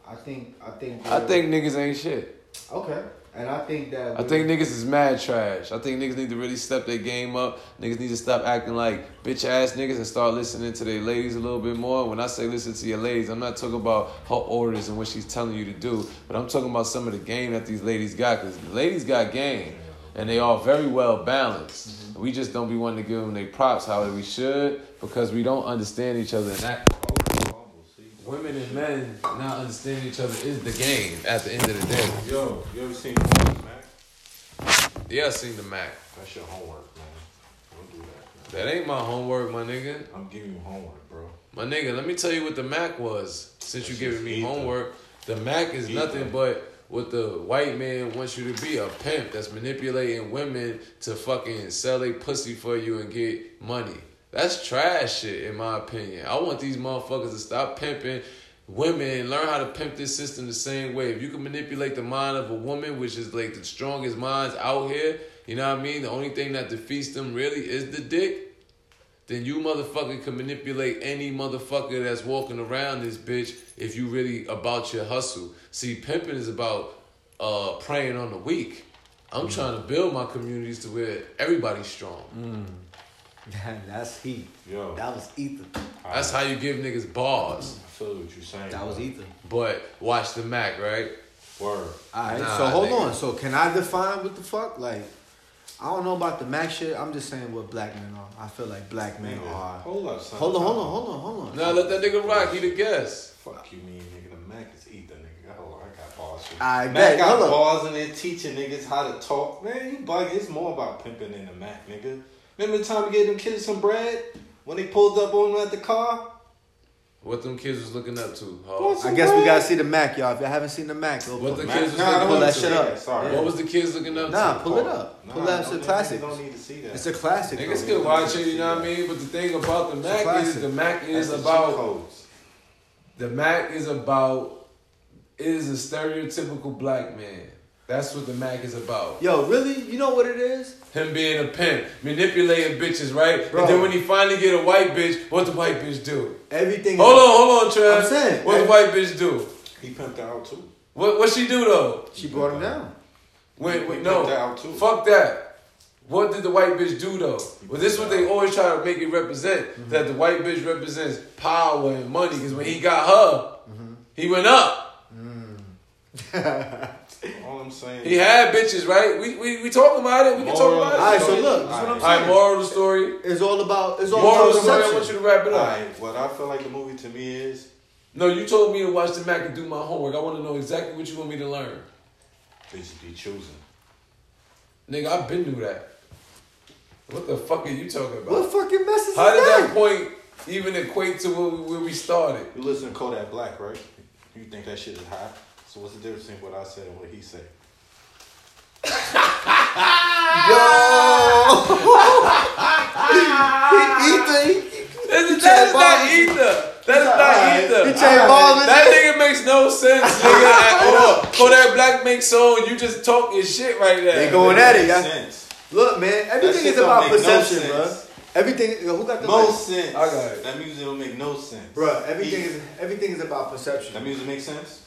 Speaker 1: I think I think
Speaker 2: I think niggas ain't shit.
Speaker 1: okay, and I think that (laughs)
Speaker 2: I think niggas is mad trash. I think niggas need to really step their game up. Niggas need to stop acting like bitch ass niggas and start listening to their ladies a little bit more. When I say listen to your ladies, I'm not talking about her orders and what she's telling you to do, but I'm talking about some of the game that these ladies got because ladies got game and they are very well balanced. We just don't be wanting to give them their props how we should because we don't understand each other and that Women and men not understanding each other is the game at the end of the day.
Speaker 3: Yo, you ever seen Mac?
Speaker 2: Yeah, I seen the Mac.
Speaker 3: That's your homework, man. Don't do that.
Speaker 2: That ain't my homework, my nigga.
Speaker 3: I'm giving you homework, bro.
Speaker 2: My nigga, let me tell you what the Mac was. Since you
Speaker 3: That's
Speaker 2: giving
Speaker 3: just
Speaker 2: me
Speaker 3: ether.
Speaker 2: homework, the Mac is
Speaker 3: Ether.
Speaker 2: nothing but what the white man wants you to be a pimp that's manipulating women to fucking sell a pussy for you and get money. That's trash shit, in my opinion. I want these motherfuckers to stop pimping women and learn how to pimp this system the same way. If you can manipulate the mind of a woman, which is like the strongest minds out here, you know what I mean? The only thing that defeats them really is the dick then you motherfucker can manipulate any motherfucker that's walking around this bitch if you really about your hustle. See, pimping is about uh, preying on the weak. I'm
Speaker 1: Mm.
Speaker 2: trying to build my communities to where everybody's strong.
Speaker 1: that's heat.
Speaker 3: Yo,
Speaker 1: That was ether.
Speaker 2: That's how you give niggas bars.
Speaker 3: I feel what you're saying.
Speaker 1: That was ether.
Speaker 2: But watch the Mac, right?
Speaker 3: Word.
Speaker 1: All right,
Speaker 2: Nah,
Speaker 1: so hold
Speaker 2: nigga.
Speaker 1: on. So can I define what the fuck? Like, I don't know about the Mac shit. I'm just saying what black men are. I feel like black men are.
Speaker 3: Hold up, son.
Speaker 1: Hold on, hold on, hold on, hold on.
Speaker 2: Now let that nigga rock. He the guest.
Speaker 3: Fuck you mean, nigga. The Mac is ether, nigga. Hold on, I got balls. shit.
Speaker 1: I
Speaker 3: Mac
Speaker 1: bet.
Speaker 3: got
Speaker 1: Hold up.
Speaker 3: balls in there teaching niggas how to talk. Man, you bugging. It's more about pimping than the Mac, nigga. Remember the time we gave them kids some bread? When they pulled up on them at the car?
Speaker 2: What them kids was looking up to? huh?
Speaker 3: What's-
Speaker 1: I guess we gotta see the Mac, y'all. If y'all haven't seen the Mac, go
Speaker 2: What
Speaker 1: pull
Speaker 2: the
Speaker 1: it.
Speaker 2: kids was
Speaker 3: Nah, I
Speaker 2: looking
Speaker 3: don't
Speaker 1: Pull
Speaker 2: up
Speaker 1: that
Speaker 2: to?
Speaker 1: shit up.
Speaker 3: Sorry.
Speaker 2: What was the kids looking up
Speaker 1: Nah,
Speaker 2: to?
Speaker 1: pull it up.
Speaker 3: Nah,
Speaker 1: Pull up
Speaker 3: no,
Speaker 1: some
Speaker 3: niggas
Speaker 1: classics.
Speaker 3: don't need to see that.
Speaker 1: It's a classic. though.
Speaker 2: Niggas can watch it, you know what I mean? But the thing about the Mac is
Speaker 1: classic.
Speaker 2: the Mac
Speaker 3: That's
Speaker 2: is
Speaker 3: the cheat
Speaker 2: about
Speaker 3: codes.
Speaker 2: The Mac is about is a stereotypical black man. That's what the Mac is about.
Speaker 1: Yo, really? You know what it is?
Speaker 2: Him being a pimp, manipulating bitches, right?
Speaker 1: Bro.
Speaker 2: And then when he finally get a white bitch, what the white bitch do?
Speaker 1: Everything.
Speaker 2: Hold on, hold on, Trev.
Speaker 1: I'm saying,
Speaker 2: what the
Speaker 1: hey.
Speaker 2: white bitch do?
Speaker 3: He pimped her out too.
Speaker 2: What what she do though?
Speaker 1: She brought him down.
Speaker 2: When, when
Speaker 3: He
Speaker 2: no,
Speaker 3: pimped her out, too.
Speaker 2: fuck that. What did the white bitch do though? Well, this is what they always try to make it represent
Speaker 1: Mm-hmm.
Speaker 2: that the white bitch represents power and money. Because when he got her,
Speaker 1: Mm-hmm.
Speaker 2: he went up.
Speaker 3: All I'm saying.
Speaker 2: He had bitches, right? We we, we talking about it. We can talk
Speaker 3: Moral-
Speaker 2: about it.
Speaker 1: All right, so
Speaker 3: Alright,
Speaker 1: look, that's what I'm
Speaker 2: All right,
Speaker 1: saying.
Speaker 2: moral of the story.
Speaker 1: It's all about. It's all
Speaker 2: Moral of the
Speaker 1: about
Speaker 2: story. I want
Speaker 1: perception.
Speaker 2: you to wrap it up.
Speaker 3: Alright, what I feel like the movie to me is
Speaker 2: No, you told me to watch the Mac and do my homework. I want to know exactly what you want me to learn.
Speaker 3: they should be choosing.
Speaker 2: Nigga, I've been through that. What the fuck are you talking about?
Speaker 1: What fucking message is
Speaker 2: How did that
Speaker 1: that?
Speaker 2: point even equate to where we, where we started?
Speaker 3: You listen to Kodak Black, right? You think that shit is hot? So what's the difference between what I said and what he said?
Speaker 1: Yo, he, he, he, (laughs)
Speaker 2: That is, that is not either. That's not
Speaker 1: Alright.
Speaker 2: either.
Speaker 1: He changed balls and
Speaker 2: That
Speaker 1: shit.
Speaker 2: nigga makes no sense, nigga. at all. For that black mink song, you just talking shit right now.
Speaker 1: They going at it, y'all.
Speaker 3: Sense.
Speaker 1: Look, man, everything
Speaker 3: shit
Speaker 1: is
Speaker 3: don't
Speaker 1: about
Speaker 3: make no
Speaker 1: perception, bruh.
Speaker 3: sense.
Speaker 1: Everything. Who got the
Speaker 3: No
Speaker 1: most,
Speaker 3: sense.
Speaker 2: I got it.
Speaker 3: That music don't make no sense.
Speaker 1: bro? Everything
Speaker 3: He-
Speaker 1: is everything is about perception.
Speaker 3: That music makes sense.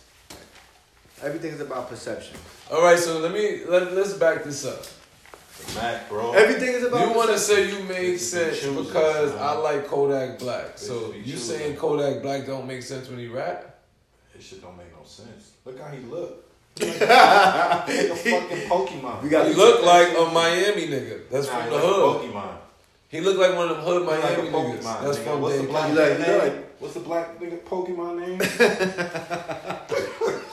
Speaker 1: Everything is about perception.
Speaker 2: All right, so let me let, let's back this up.
Speaker 3: Mac, bro.
Speaker 1: Everything is about.
Speaker 2: You want to say you made sense
Speaker 3: choosers,
Speaker 2: because
Speaker 3: man.
Speaker 2: I like Kodak Black. So
Speaker 3: Bitches be
Speaker 2: you
Speaker 3: choosers.
Speaker 2: saying Kodak Black don't make sense when he rap?
Speaker 3: This shit don't make no sense. Look how he
Speaker 1: (laughs)
Speaker 3: look. He like a fucking Pokemon.
Speaker 1: We got-
Speaker 2: He look like a Miami nigga. That's
Speaker 3: Nah,
Speaker 2: from
Speaker 3: he
Speaker 2: the
Speaker 3: like
Speaker 2: hood.
Speaker 3: a Pokemon.
Speaker 2: He look like one of them hood
Speaker 3: He like a
Speaker 2: Miami
Speaker 3: Pokemon.
Speaker 2: niggas. That's
Speaker 3: nigga.
Speaker 2: from
Speaker 3: What's the
Speaker 2: Dade
Speaker 3: black
Speaker 1: You like-
Speaker 3: nigga
Speaker 1: you
Speaker 3: name?
Speaker 1: like-
Speaker 3: What's the black nigga Pokemon name?
Speaker 1: (laughs)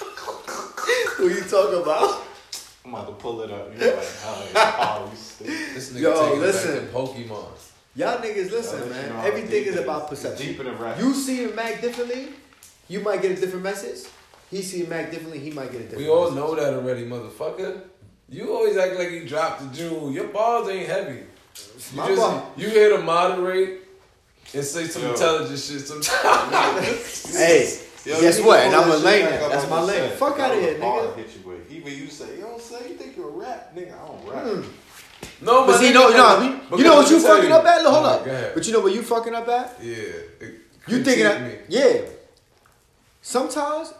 Speaker 1: Who you talking about?
Speaker 3: (laughs) I'm about to pull it up. You're like, oh, yeah. oh, you stupid.
Speaker 2: This nigga
Speaker 1: Yo,
Speaker 2: taking
Speaker 1: listen.
Speaker 2: back to Pokemon.
Speaker 1: Y'all niggas, listen,
Speaker 3: I'll let you
Speaker 1: man.
Speaker 3: know how
Speaker 1: everything
Speaker 3: deep
Speaker 1: is
Speaker 3: it
Speaker 1: about
Speaker 3: It's
Speaker 1: perception.
Speaker 3: Deeper than rap.
Speaker 1: You see Mac differently, you might get a different message. He see Mac differently, he might get a different.
Speaker 2: We all
Speaker 1: message.
Speaker 2: know that already, motherfucker. You always act like you dropped the jewel. Your balls ain't heavy. You
Speaker 1: My
Speaker 2: just
Speaker 1: ball-
Speaker 2: you here to moderate and say some
Speaker 3: Yo.
Speaker 2: intelligent shit sometimes.
Speaker 1: Hey,
Speaker 3: Yo,
Speaker 1: guess
Speaker 3: you
Speaker 1: what?
Speaker 3: can
Speaker 1: And
Speaker 3: pull
Speaker 1: I'm a
Speaker 3: that shit
Speaker 1: lane.
Speaker 3: back up
Speaker 1: That's
Speaker 3: on
Speaker 1: my
Speaker 3: the
Speaker 1: lane.
Speaker 3: set.
Speaker 1: Fuck outta
Speaker 3: That's
Speaker 1: here,
Speaker 3: what
Speaker 1: nigga.
Speaker 3: Bard Hit you with. Even you say, yo, say you think you're a rap, nigga. I don't rap.
Speaker 1: Hmm.
Speaker 2: no,
Speaker 1: but
Speaker 2: my
Speaker 1: see, no, no, you- you
Speaker 2: nigga, because-
Speaker 1: know what
Speaker 2: because
Speaker 1: you
Speaker 2: let me tell
Speaker 1: fucking up at. Look, Hold
Speaker 2: Oh,
Speaker 1: up,
Speaker 2: go ahead.
Speaker 1: but you know what you fucking up at?
Speaker 2: yeah,
Speaker 1: You thinking that? Yeah. Sometimes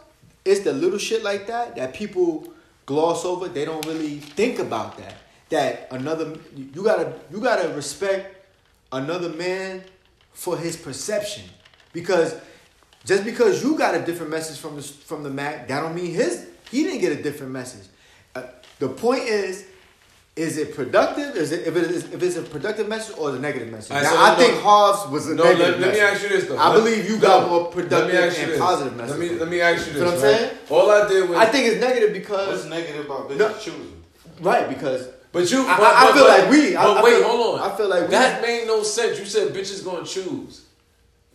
Speaker 1: it's the little shit like that that people gloss over. They don't really think about that. That another you gotta you gotta respect another man for his perception because just because you got a different message from the from the Mac, that don't mean his he didn't get a different message. Uh, the point is. Is it productive? Is it if it is if it's a productive message or the negative message?
Speaker 2: All right,
Speaker 1: now,
Speaker 2: so
Speaker 1: I
Speaker 2: no, no.
Speaker 1: think Harv's was a
Speaker 2: No, let,
Speaker 1: negative
Speaker 2: let me
Speaker 1: message.
Speaker 2: ask you this though.
Speaker 1: I
Speaker 2: Let-
Speaker 1: believe you
Speaker 2: no,
Speaker 1: got more
Speaker 2: let me
Speaker 1: productive
Speaker 2: ask you
Speaker 1: and
Speaker 2: this.
Speaker 1: positive
Speaker 2: Let me
Speaker 1: messages.
Speaker 2: let me ask you
Speaker 1: See
Speaker 2: this.
Speaker 1: what I'm
Speaker 2: right?
Speaker 1: saying?
Speaker 2: All I did was
Speaker 1: I think it's negative
Speaker 3: What's
Speaker 1: because
Speaker 3: negative about bitches
Speaker 1: No.
Speaker 3: choosing?
Speaker 1: right because
Speaker 2: But you,
Speaker 1: I-
Speaker 2: but,
Speaker 1: I- I
Speaker 2: but-
Speaker 1: feel
Speaker 2: but-
Speaker 1: like we- I-
Speaker 2: But
Speaker 1: I
Speaker 2: wait,
Speaker 1: feel-
Speaker 2: hold on.
Speaker 1: I feel like we-
Speaker 2: that made no sense. You said bitches gonna choose.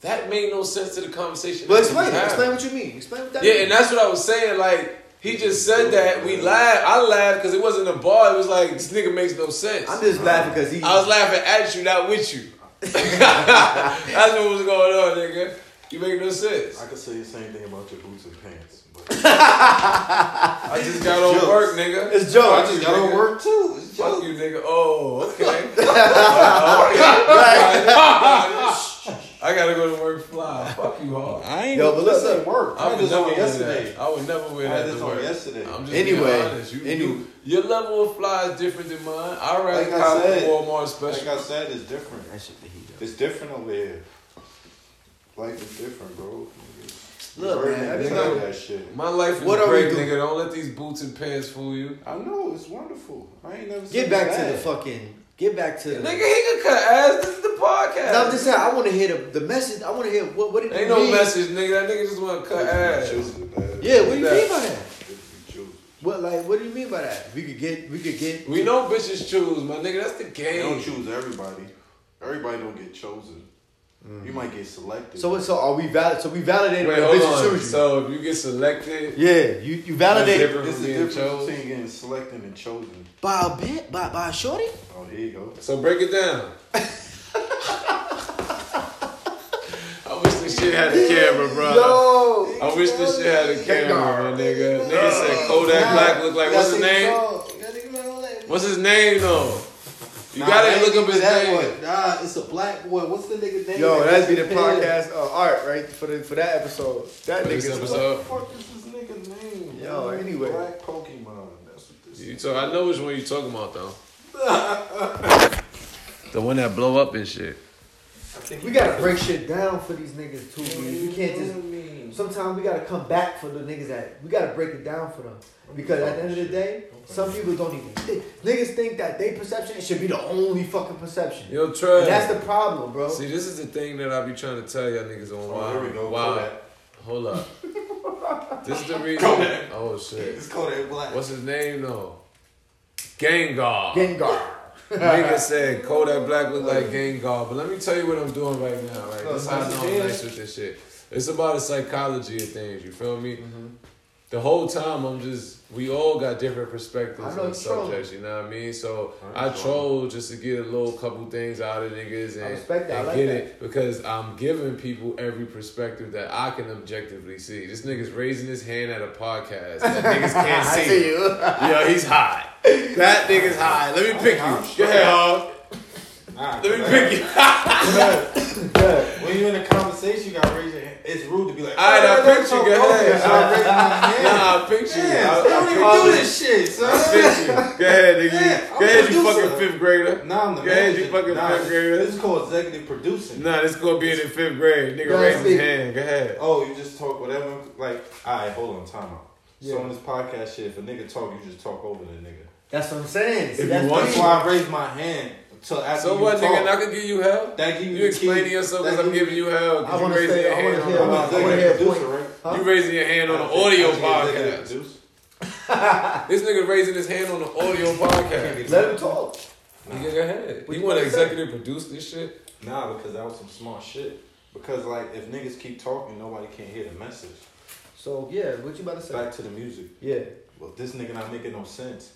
Speaker 2: That made no sense to the conversation.
Speaker 1: well
Speaker 2: that we
Speaker 1: explain
Speaker 2: had.
Speaker 1: it. explain what you mean explain what that
Speaker 2: Yeah,
Speaker 1: means.
Speaker 2: and that's what I was saying. Like he just said that we laughed. I laughed because it wasn't a bar. It was like this nigga makes no sense.
Speaker 1: I'm just laughing because he
Speaker 2: I was laughing at you, not with you. (laughs) that's what was going on, nigga. You make no sense.
Speaker 3: I could say the same thing about your boots and pants. But
Speaker 2: I just got off
Speaker 3: jokes.
Speaker 2: work,
Speaker 1: (laughs)
Speaker 2: nigga.
Speaker 1: it's Joe
Speaker 3: I just gotta
Speaker 2: nigga.
Speaker 3: work too. It's
Speaker 2: Fuck
Speaker 3: jokes.
Speaker 2: you, nigga. Oh, okay.
Speaker 3: (laughs)
Speaker 2: (laughs) Alright. I gotta go to work fly. Fuck you all.
Speaker 3: I ain't
Speaker 1: Yo, but
Speaker 3: this
Speaker 1: look,
Speaker 3: ain't work.
Speaker 2: I
Speaker 3: I
Speaker 2: would
Speaker 3: had this
Speaker 2: never
Speaker 3: on
Speaker 2: wear
Speaker 3: yesterday.
Speaker 2: That. I would never wear
Speaker 3: I had
Speaker 2: that
Speaker 3: this
Speaker 2: to
Speaker 3: on
Speaker 2: work.
Speaker 3: yesterday.
Speaker 2: I'm just
Speaker 1: Anyway,
Speaker 2: being honest. You,
Speaker 1: any-
Speaker 2: you, your level of fly is different than mine. I rather
Speaker 3: Like I
Speaker 2: cop the
Speaker 3: said,
Speaker 2: Walmart
Speaker 3: Like
Speaker 2: special.
Speaker 3: I said, it's different.
Speaker 1: that shit that he does.
Speaker 3: It's different over here. Life is different, bro.
Speaker 1: Look,
Speaker 3: Bird
Speaker 1: man,
Speaker 3: niggas
Speaker 1: every
Speaker 3: like
Speaker 1: time-
Speaker 3: that shit.
Speaker 2: My life is
Speaker 1: What are we
Speaker 2: great,
Speaker 1: doing?
Speaker 2: nigga. Don't let these boots and pants fool you.
Speaker 3: I know it's wonderful. I ain't never. seen
Speaker 1: get back
Speaker 3: that.
Speaker 1: to the fucking get back to the
Speaker 2: Nigga, he could cut ass. This is the podcast.
Speaker 1: now I'm just saying I want to hear the, the message I want to hear what what did
Speaker 2: Ain't
Speaker 1: you
Speaker 2: no
Speaker 1: mean
Speaker 2: message, nigga. That nigga just want to cut ass.
Speaker 3: Choosing, man.
Speaker 1: yeah what do you
Speaker 2: That-
Speaker 1: mean by that
Speaker 3: Choosing.
Speaker 1: what like what do you mean by that we could get we could get
Speaker 2: We know bitches choose, my nigga. That's the
Speaker 3: They
Speaker 2: game.
Speaker 3: don't choose everybody. Everybody don't get chosen. You might get selected.
Speaker 1: so what- so are we valid so we validated
Speaker 2: Wait,
Speaker 1: when the
Speaker 2: hold
Speaker 1: bitches
Speaker 2: on.
Speaker 1: choose you.
Speaker 2: So if you get selected,
Speaker 1: yeah you you validate
Speaker 2: different
Speaker 3: It's
Speaker 2: from
Speaker 3: the
Speaker 2: being
Speaker 3: difference
Speaker 2: chosen.
Speaker 3: between getting selected and chosen.
Speaker 1: by a bit by by a shorty
Speaker 3: Oh, here you go.
Speaker 2: So break it down. I wish this shit had a camera, bro.
Speaker 1: yo
Speaker 2: I wish this shit had a camera, my nigga. Nigga said Kodak
Speaker 3: Nah,
Speaker 2: Black look like what's his
Speaker 3: that nigga
Speaker 2: name?
Speaker 3: tall. That nigga look like-
Speaker 2: What's his name though? You
Speaker 3: Nah,
Speaker 2: gotta
Speaker 3: that
Speaker 2: look
Speaker 3: ain't
Speaker 2: up his
Speaker 3: that
Speaker 2: name.
Speaker 3: one. Nah, it's a black boy. What's the nigga name?
Speaker 1: Yo,
Speaker 3: that
Speaker 1: that'd be
Speaker 3: got
Speaker 1: the
Speaker 3: his head?
Speaker 1: podcast uh, art, right? For the for that episode. That
Speaker 2: For this
Speaker 1: nigga's
Speaker 2: episode.
Speaker 3: What the fuck is this nigga's name?
Speaker 1: Yo,
Speaker 3: man?
Speaker 1: anyway.
Speaker 3: Black Pokemon. That's what this
Speaker 2: You
Speaker 3: is.
Speaker 2: talk, I know which one you talking about though. (laughs) the one that blow up and shit.
Speaker 3: I think
Speaker 1: We
Speaker 3: he-
Speaker 1: gotta break shit down for these niggas too, man.
Speaker 3: You
Speaker 1: We can't just sometimes we gotta come back for the niggas that we gotta break it down for them. Because at the end of the day, some people don't even think niggas think that they perception should be the only fucking perception.
Speaker 2: Yo,
Speaker 1: And that's the
Speaker 2: Trev.
Speaker 1: problem, bro.
Speaker 2: See, this is the thing that I be trying to tell y'all niggas on
Speaker 3: Oh,
Speaker 2: why.
Speaker 3: here we go.
Speaker 2: Why?
Speaker 3: Kodak.
Speaker 2: Hold up. this is
Speaker 3: (laughs)
Speaker 2: the reason.
Speaker 3: Kodak.
Speaker 2: Oh shit.
Speaker 3: It's Kodak Black.
Speaker 2: What's his name though? Gengar.
Speaker 1: Gengar.
Speaker 2: Nigga said Kodak Black look like Gengar, but let me tell you what I'm doing right now.
Speaker 4: Mm-hmm.
Speaker 2: Right, this is how I know I'm nice with this shit. It's about the psychology of things. You feel me? the whole time I'm just we all got different perspectives
Speaker 4: I know
Speaker 2: on the
Speaker 4: you trolling.
Speaker 2: subject, you know what I mean? So
Speaker 3: I
Speaker 2: I
Speaker 3: ain't trolling.
Speaker 2: troll just to get a little couple things out of niggas and,
Speaker 4: respect that. I
Speaker 2: and
Speaker 4: like
Speaker 2: get
Speaker 4: that.
Speaker 2: it because I'm giving people every perspective that I can objectively see. This nigga's raising his hand at a podcast that niggas can't
Speaker 4: (laughs) I
Speaker 2: see.
Speaker 4: see you.
Speaker 2: Yo, he's high. That nigga's high. Let me pick you. Go ahead, hog.
Speaker 3: Nah,
Speaker 2: Let me pick you.
Speaker 3: When you're in a conversation, you gotta raise your hand. It's rude to be like, "Oh,
Speaker 2: Alright, I picked you. Go ahead. I-
Speaker 3: Yeah,
Speaker 2: Nah, I picked you. I,
Speaker 3: they don't
Speaker 2: I
Speaker 3: even do
Speaker 2: picked you.
Speaker 3: this shit, son.
Speaker 2: Fifth grade. Go ahead, nigga.
Speaker 3: Yeah,
Speaker 2: Go ahead,
Speaker 3: I'm
Speaker 2: you fucking
Speaker 3: producer.
Speaker 2: fifth grader.
Speaker 3: Nah, I'm the
Speaker 2: Go ahead,
Speaker 3: manager.
Speaker 2: you fucking
Speaker 3: Nah,
Speaker 2: fifth grader.
Speaker 3: This is called executive producing.
Speaker 2: Nah, this gonna be in the fifth grade. Nigga
Speaker 4: Go
Speaker 2: raised his
Speaker 4: speak.
Speaker 2: hand. Go ahead.
Speaker 3: Oh, you just talk whatever. Like, alright, hold on, time out.
Speaker 4: Yeah.
Speaker 3: So on this podcast shit, if a nigga talk, you just talk over the nigga.
Speaker 4: That's what I'm saying. See,
Speaker 2: If you
Speaker 4: that's
Speaker 2: want
Speaker 4: the-
Speaker 3: That's why I raised my hand. Until after
Speaker 2: So
Speaker 3: you
Speaker 2: what,
Speaker 3: talk.
Speaker 2: nigga? I could give you hell.
Speaker 3: That give you
Speaker 2: You
Speaker 3: the
Speaker 2: explaining
Speaker 3: key.
Speaker 2: yourself
Speaker 3: That
Speaker 2: because I'm
Speaker 3: give you-
Speaker 2: giving you hell. 'cause
Speaker 4: I wanna
Speaker 2: you raising
Speaker 4: say-
Speaker 2: your
Speaker 4: I wanna
Speaker 2: hand on
Speaker 4: hear
Speaker 2: the
Speaker 3: I'm
Speaker 4: what- I wanna hear
Speaker 3: executive
Speaker 4: a
Speaker 3: producer,
Speaker 4: point.
Speaker 3: right?
Speaker 4: Huh?
Speaker 2: You raising your hand on
Speaker 3: I'm
Speaker 2: an audio
Speaker 3: executive
Speaker 2: podcast.
Speaker 3: producer.
Speaker 2: This nigga raising his hand on an audio podcast.
Speaker 4: Let him talk.
Speaker 2: Nigga, go ahead. You want to executive produce this shit?
Speaker 3: Nah, because that was some smart shit. Because like, if niggas keep talking, nobody can hear the message.
Speaker 4: So yeah, what you about to say?
Speaker 3: Back to the music.
Speaker 4: Yeah.
Speaker 3: Well, this nigga not making no sense.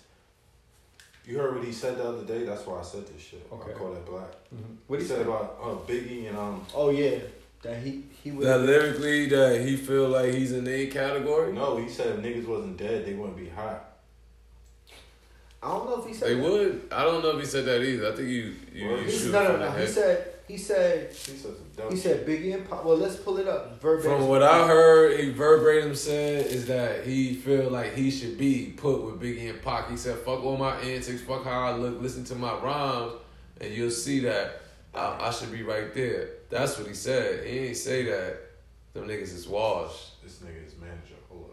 Speaker 3: You heard what he said the other day. That's why I said this shit.
Speaker 4: Okay.
Speaker 3: I call that black.
Speaker 4: What
Speaker 3: Mm-hmm. he
Speaker 4: he
Speaker 3: said
Speaker 4: say?
Speaker 3: about uh, Biggie and um.
Speaker 4: Oh yeah, that he he was.
Speaker 2: That lyrically, that he feel like he's in a category.
Speaker 3: No, he said if niggas wasn't dead, they wouldn't be hot.
Speaker 4: I don't know if he said.
Speaker 2: They
Speaker 4: that.
Speaker 2: would. I don't know if he said that either. I think you you,
Speaker 3: Well,
Speaker 2: you
Speaker 4: He,
Speaker 2: shoot
Speaker 4: no,
Speaker 2: from
Speaker 4: no,
Speaker 2: the
Speaker 4: no. He
Speaker 2: head.
Speaker 4: said. He said.
Speaker 3: He said some dumb.
Speaker 4: He
Speaker 3: shit.
Speaker 4: said Biggie and Pop. Well, let's pull it up verbatim.
Speaker 2: From what I heard, he verbatim said is that he feel like he should be put with Biggie and Pac. He said, "Fuck all my antics, fuck how I look, listen to my rhymes, and you'll see that I, I should be right there." That's what he said. He ain't say that them niggas is washed.
Speaker 3: This nigga is manager. Hold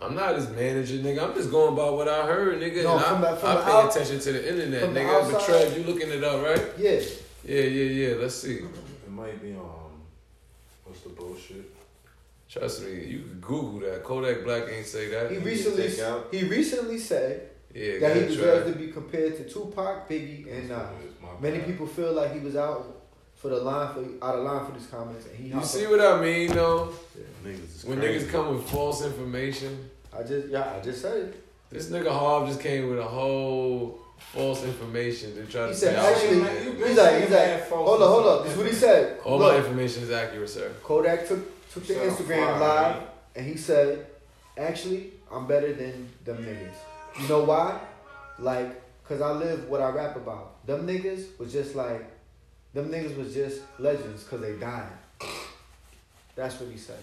Speaker 3: up.
Speaker 2: I'm not his manager, nigga. I'm just going by what I heard, nigga.
Speaker 4: No,
Speaker 2: and
Speaker 4: from
Speaker 2: I,
Speaker 4: the- from
Speaker 2: I
Speaker 4: the
Speaker 2: pay
Speaker 4: out-
Speaker 2: attention to the internet,
Speaker 4: from the
Speaker 2: nigga. but
Speaker 4: outside.
Speaker 2: Trev, you looking it up, right?
Speaker 4: Yeah.
Speaker 2: Yeah, yeah, yeah. Let's see.
Speaker 3: It might be um. What's the bullshit?
Speaker 2: Trust me, you can Google that. Kodak Black ain't say that.
Speaker 4: He
Speaker 3: need to
Speaker 4: recently
Speaker 3: take out-
Speaker 4: he recently said
Speaker 2: Yeah,
Speaker 4: that he
Speaker 2: good
Speaker 4: deserves
Speaker 2: try.
Speaker 4: to be compared to Tupac, Biggie, and
Speaker 3: This
Speaker 4: uh,
Speaker 3: nigga is my
Speaker 4: many
Speaker 3: bad.
Speaker 4: people feel like he was out for the line for out of line for these comments, and he.
Speaker 2: You
Speaker 4: hopped
Speaker 2: see
Speaker 4: up.
Speaker 2: what I mean, though?
Speaker 3: Niggas is
Speaker 2: When
Speaker 3: crazy.
Speaker 2: niggas come with false information,
Speaker 4: I just yeah, I just said it.
Speaker 2: this nigga Harv just came with a whole false information to try
Speaker 4: He
Speaker 2: to
Speaker 4: said,
Speaker 2: say, I
Speaker 4: actually,
Speaker 2: was
Speaker 3: you
Speaker 2: in
Speaker 3: been
Speaker 2: there.
Speaker 4: he's like,
Speaker 3: saying
Speaker 4: he's
Speaker 3: mad
Speaker 4: like,
Speaker 3: false
Speaker 4: hold up, hold up.
Speaker 3: information.
Speaker 4: This is what he said.
Speaker 2: all my
Speaker 4: Look,
Speaker 2: information is accurate, sir.
Speaker 4: Kodak took took the
Speaker 3: Sound
Speaker 4: Instagram
Speaker 3: fly,
Speaker 4: live
Speaker 3: man.
Speaker 4: and he said, actually, I'm better than them niggas. You know why? Like, cause I live what I rap about. Them niggas was just like, them niggas was just legends cause they died. That's what he said.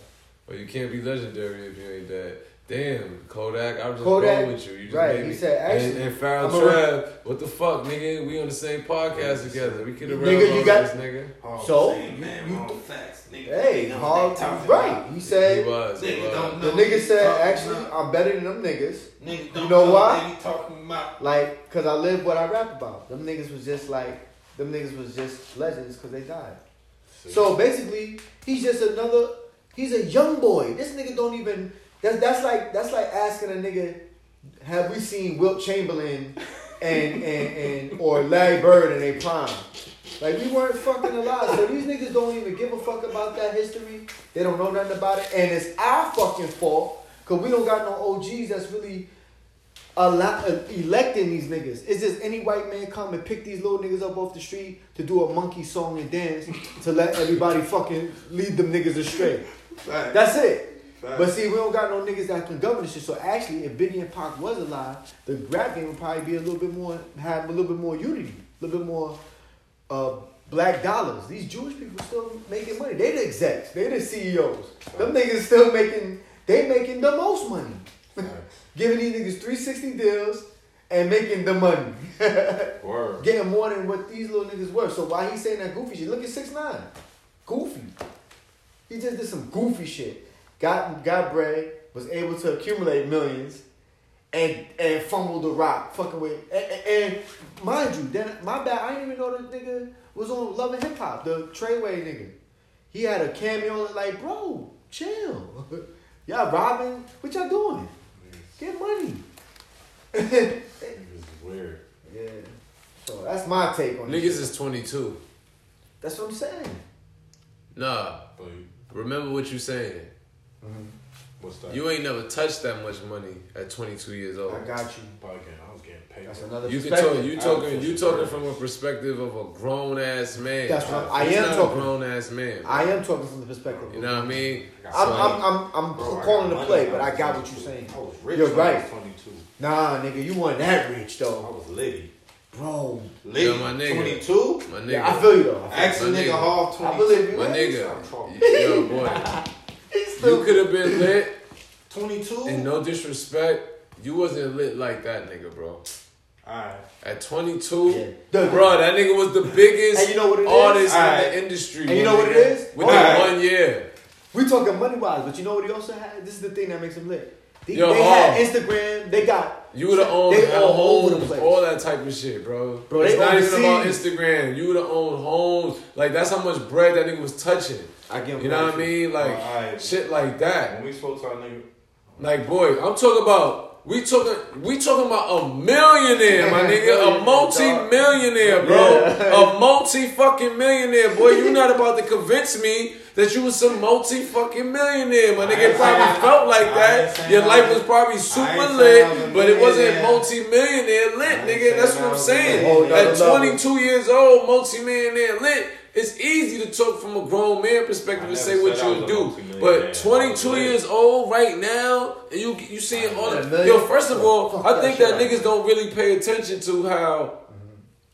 Speaker 2: But you can't be legendary if you ain't that. Damn, Kodak, I was just
Speaker 4: Kodak,
Speaker 2: going with you. You just
Speaker 4: right,
Speaker 2: made
Speaker 4: he
Speaker 2: me.
Speaker 4: said,
Speaker 2: and,
Speaker 4: actually,
Speaker 2: and Farrell
Speaker 4: I'm a-
Speaker 2: Trev, what the fuck, nigga? We on the same podcast together. We could have
Speaker 4: Nigga,
Speaker 2: railroaded
Speaker 4: you got-
Speaker 2: this nigga.
Speaker 3: Hall
Speaker 4: So,
Speaker 3: saying,
Speaker 4: you-
Speaker 3: man,
Speaker 4: you-
Speaker 3: wrong facts, nigga.
Speaker 4: Hey,
Speaker 3: They know
Speaker 4: Hog,
Speaker 3: what they talking
Speaker 4: right?
Speaker 3: about.
Speaker 4: He
Speaker 2: He
Speaker 4: said
Speaker 2: was, he
Speaker 3: Nigga,
Speaker 2: was.
Speaker 3: don't
Speaker 4: the
Speaker 3: know what
Speaker 4: nigga
Speaker 3: they
Speaker 4: said
Speaker 3: talking
Speaker 4: actually,
Speaker 3: about.
Speaker 4: I'm better than them niggas.
Speaker 3: Niggas
Speaker 4: You
Speaker 3: don't
Speaker 4: know
Speaker 3: know
Speaker 4: why?
Speaker 3: what they be talking about.
Speaker 4: Like, cause I live what I rap about. Them niggas was just like, them niggas was just legends cause they died. So basically, he's just another. He's a young boy. This nigga don't even. That's that's like that's like asking a nigga, have we seen Wilt Chamberlain and and, and or Larry Bird in their prime? Like we weren't fucking alive. So these niggas don't even give a fuck about that history. They don't know nothing about it, and it's our fucking fault because we don't got no OGs that's really. A lot electing these niggas. Is just any white man come and pick these little niggas up off the street to do a monkey song and dance to let everybody fucking lead them niggas astray?
Speaker 3: Facts.
Speaker 4: That's it.
Speaker 3: Facts.
Speaker 4: But see, we don't got no niggas that can govern this shit. So actually, if Biggie and Pac was alive, the rap game would probably be a little bit more have a little bit more unity, a little bit more uh, black dollars. These Jewish people still making money. They the execs. They the CEOs. Them niggas still making. They making the most money. (laughs) Giving these niggas three sixty deals and making the money, (laughs)
Speaker 3: Word.
Speaker 4: getting more than what these little niggas were. So why he saying that goofy shit? Look at six nine, goofy. He just did some goofy shit. Got got bread, was able to accumulate millions, and and fumbled the rock, fucking with. And, and, and mind you, then my bad, I didn't even know this nigga was on Love and Hip Hop, the Treyway nigga. He had a cameo like, bro, chill. (laughs) y'all robbing? What y'all doing? Get money. yeah.
Speaker 3: Niggas is weird.
Speaker 4: So that's my take on
Speaker 2: Niggas
Speaker 4: this shit.
Speaker 2: is 22.
Speaker 4: That's what I'm saying.
Speaker 2: Nah,
Speaker 3: But
Speaker 2: remember what you saying.
Speaker 3: What's that?
Speaker 2: You ain't never touched that much money at 22 years old.
Speaker 4: I got you.
Speaker 3: Probably getting, I was getting paid.
Speaker 4: That's another
Speaker 2: You can
Speaker 4: perspective.
Speaker 2: talk, you talking you talking from a perspective of a grown ass man.
Speaker 4: That's what I'm- I
Speaker 2: He's
Speaker 4: am
Speaker 2: not
Speaker 4: talking.
Speaker 2: a grown ass man.
Speaker 4: I am talking from the perspective. of-
Speaker 2: you know what I mean?
Speaker 4: I'm,
Speaker 2: So-
Speaker 4: I'm, I'm, I'm
Speaker 3: Bro, I
Speaker 4: calling
Speaker 3: got
Speaker 4: the
Speaker 3: money
Speaker 4: play,
Speaker 3: when
Speaker 4: but I
Speaker 3: was
Speaker 4: got what you're
Speaker 3: 22.
Speaker 4: saying.
Speaker 3: I was rich.
Speaker 4: You're
Speaker 3: when I was
Speaker 4: right.
Speaker 3: 22.
Speaker 4: Nah, nigga, you weren't that rich
Speaker 3: I
Speaker 4: though,
Speaker 3: was litty.
Speaker 4: bro.
Speaker 3: Litty.
Speaker 2: Yo, my nigga.
Speaker 3: 22?
Speaker 2: my nigga.
Speaker 4: Yeah, I feel you though. I
Speaker 3: Ask a
Speaker 2: My
Speaker 3: nigga
Speaker 2: nigga.
Speaker 3: half
Speaker 4: feel- I
Speaker 3: 22.
Speaker 4: believe you.
Speaker 2: my
Speaker 3: I'm
Speaker 4: man.
Speaker 2: nigga.
Speaker 3: talking. (laughs)
Speaker 2: Yo, boy.
Speaker 4: He's
Speaker 2: You
Speaker 4: still
Speaker 2: could have been lit,
Speaker 3: 22?
Speaker 2: and no disrespect, you wasn't lit like that nigga, bro.
Speaker 3: Alright.
Speaker 2: At 22,
Speaker 4: Yeah. The-
Speaker 2: bro, that nigga was the biggest
Speaker 4: And you know what it is?
Speaker 2: artist in
Speaker 3: Alright.
Speaker 2: the industry.
Speaker 4: And you
Speaker 2: my
Speaker 4: know what it
Speaker 2: nigga,
Speaker 4: is?
Speaker 2: Within
Speaker 3: Alright.
Speaker 2: one year.
Speaker 4: We talking money wise, but you know what he also had? This is the thing that makes him lit. They,
Speaker 2: Yo,
Speaker 4: they had
Speaker 2: oh.
Speaker 4: Instagram. They got
Speaker 2: You would have owned
Speaker 4: They
Speaker 2: had
Speaker 4: all over the
Speaker 2: homes,
Speaker 4: place.
Speaker 2: all that type of shit, bro.
Speaker 4: Bro,
Speaker 2: it's
Speaker 4: they
Speaker 2: not even about
Speaker 4: overseas.
Speaker 2: Instagram. You would have owned homes. Like, that's how much bread that nigga was touching.
Speaker 4: I give him
Speaker 2: You know what I
Speaker 4: credit.
Speaker 2: mean? Like,
Speaker 3: Alright.
Speaker 2: shit like that.
Speaker 3: When we spoke to our nigga,
Speaker 2: Like, boy, I'm talking about, we talking, we talking about a
Speaker 3: (laughs)
Speaker 2: millionaire, my nigga. A multi-millionaire, bro.
Speaker 4: Yeah.
Speaker 2: A multi-fucking millionaire, boy. You're not about to convince me that you was some multi-fucking millionaire, my nigga. It probably felt
Speaker 3: I
Speaker 2: like
Speaker 3: ain't
Speaker 2: that.
Speaker 3: saying
Speaker 2: Your
Speaker 3: I
Speaker 2: life
Speaker 3: was-
Speaker 2: was probably
Speaker 3: I
Speaker 2: super
Speaker 3: ain't saying I was
Speaker 2: lit,
Speaker 3: a
Speaker 2: but it wasn't
Speaker 3: millionaire.
Speaker 2: multi-millionaire lit,
Speaker 3: I ain't
Speaker 2: nigga. That's
Speaker 3: saying
Speaker 2: what
Speaker 3: I
Speaker 2: I'm
Speaker 3: was a
Speaker 2: saying.
Speaker 4: millionaire.
Speaker 2: At
Speaker 4: Another level.
Speaker 2: 22 years old, multi-millionaire lit. It's easy to talk from a grown man perspective
Speaker 3: I
Speaker 2: and
Speaker 3: never
Speaker 2: say what
Speaker 3: said I
Speaker 2: you
Speaker 3: was a
Speaker 2: do,
Speaker 3: multi-millionaire.
Speaker 2: but 22
Speaker 3: I was lit.
Speaker 2: years old right now, and you you seeing all
Speaker 4: Yeah,
Speaker 2: that.
Speaker 4: million-
Speaker 2: Yo, first of all,
Speaker 4: Fuck
Speaker 2: I
Speaker 4: that
Speaker 2: think
Speaker 4: shit
Speaker 2: that
Speaker 4: right
Speaker 2: niggas don't really pay attention to how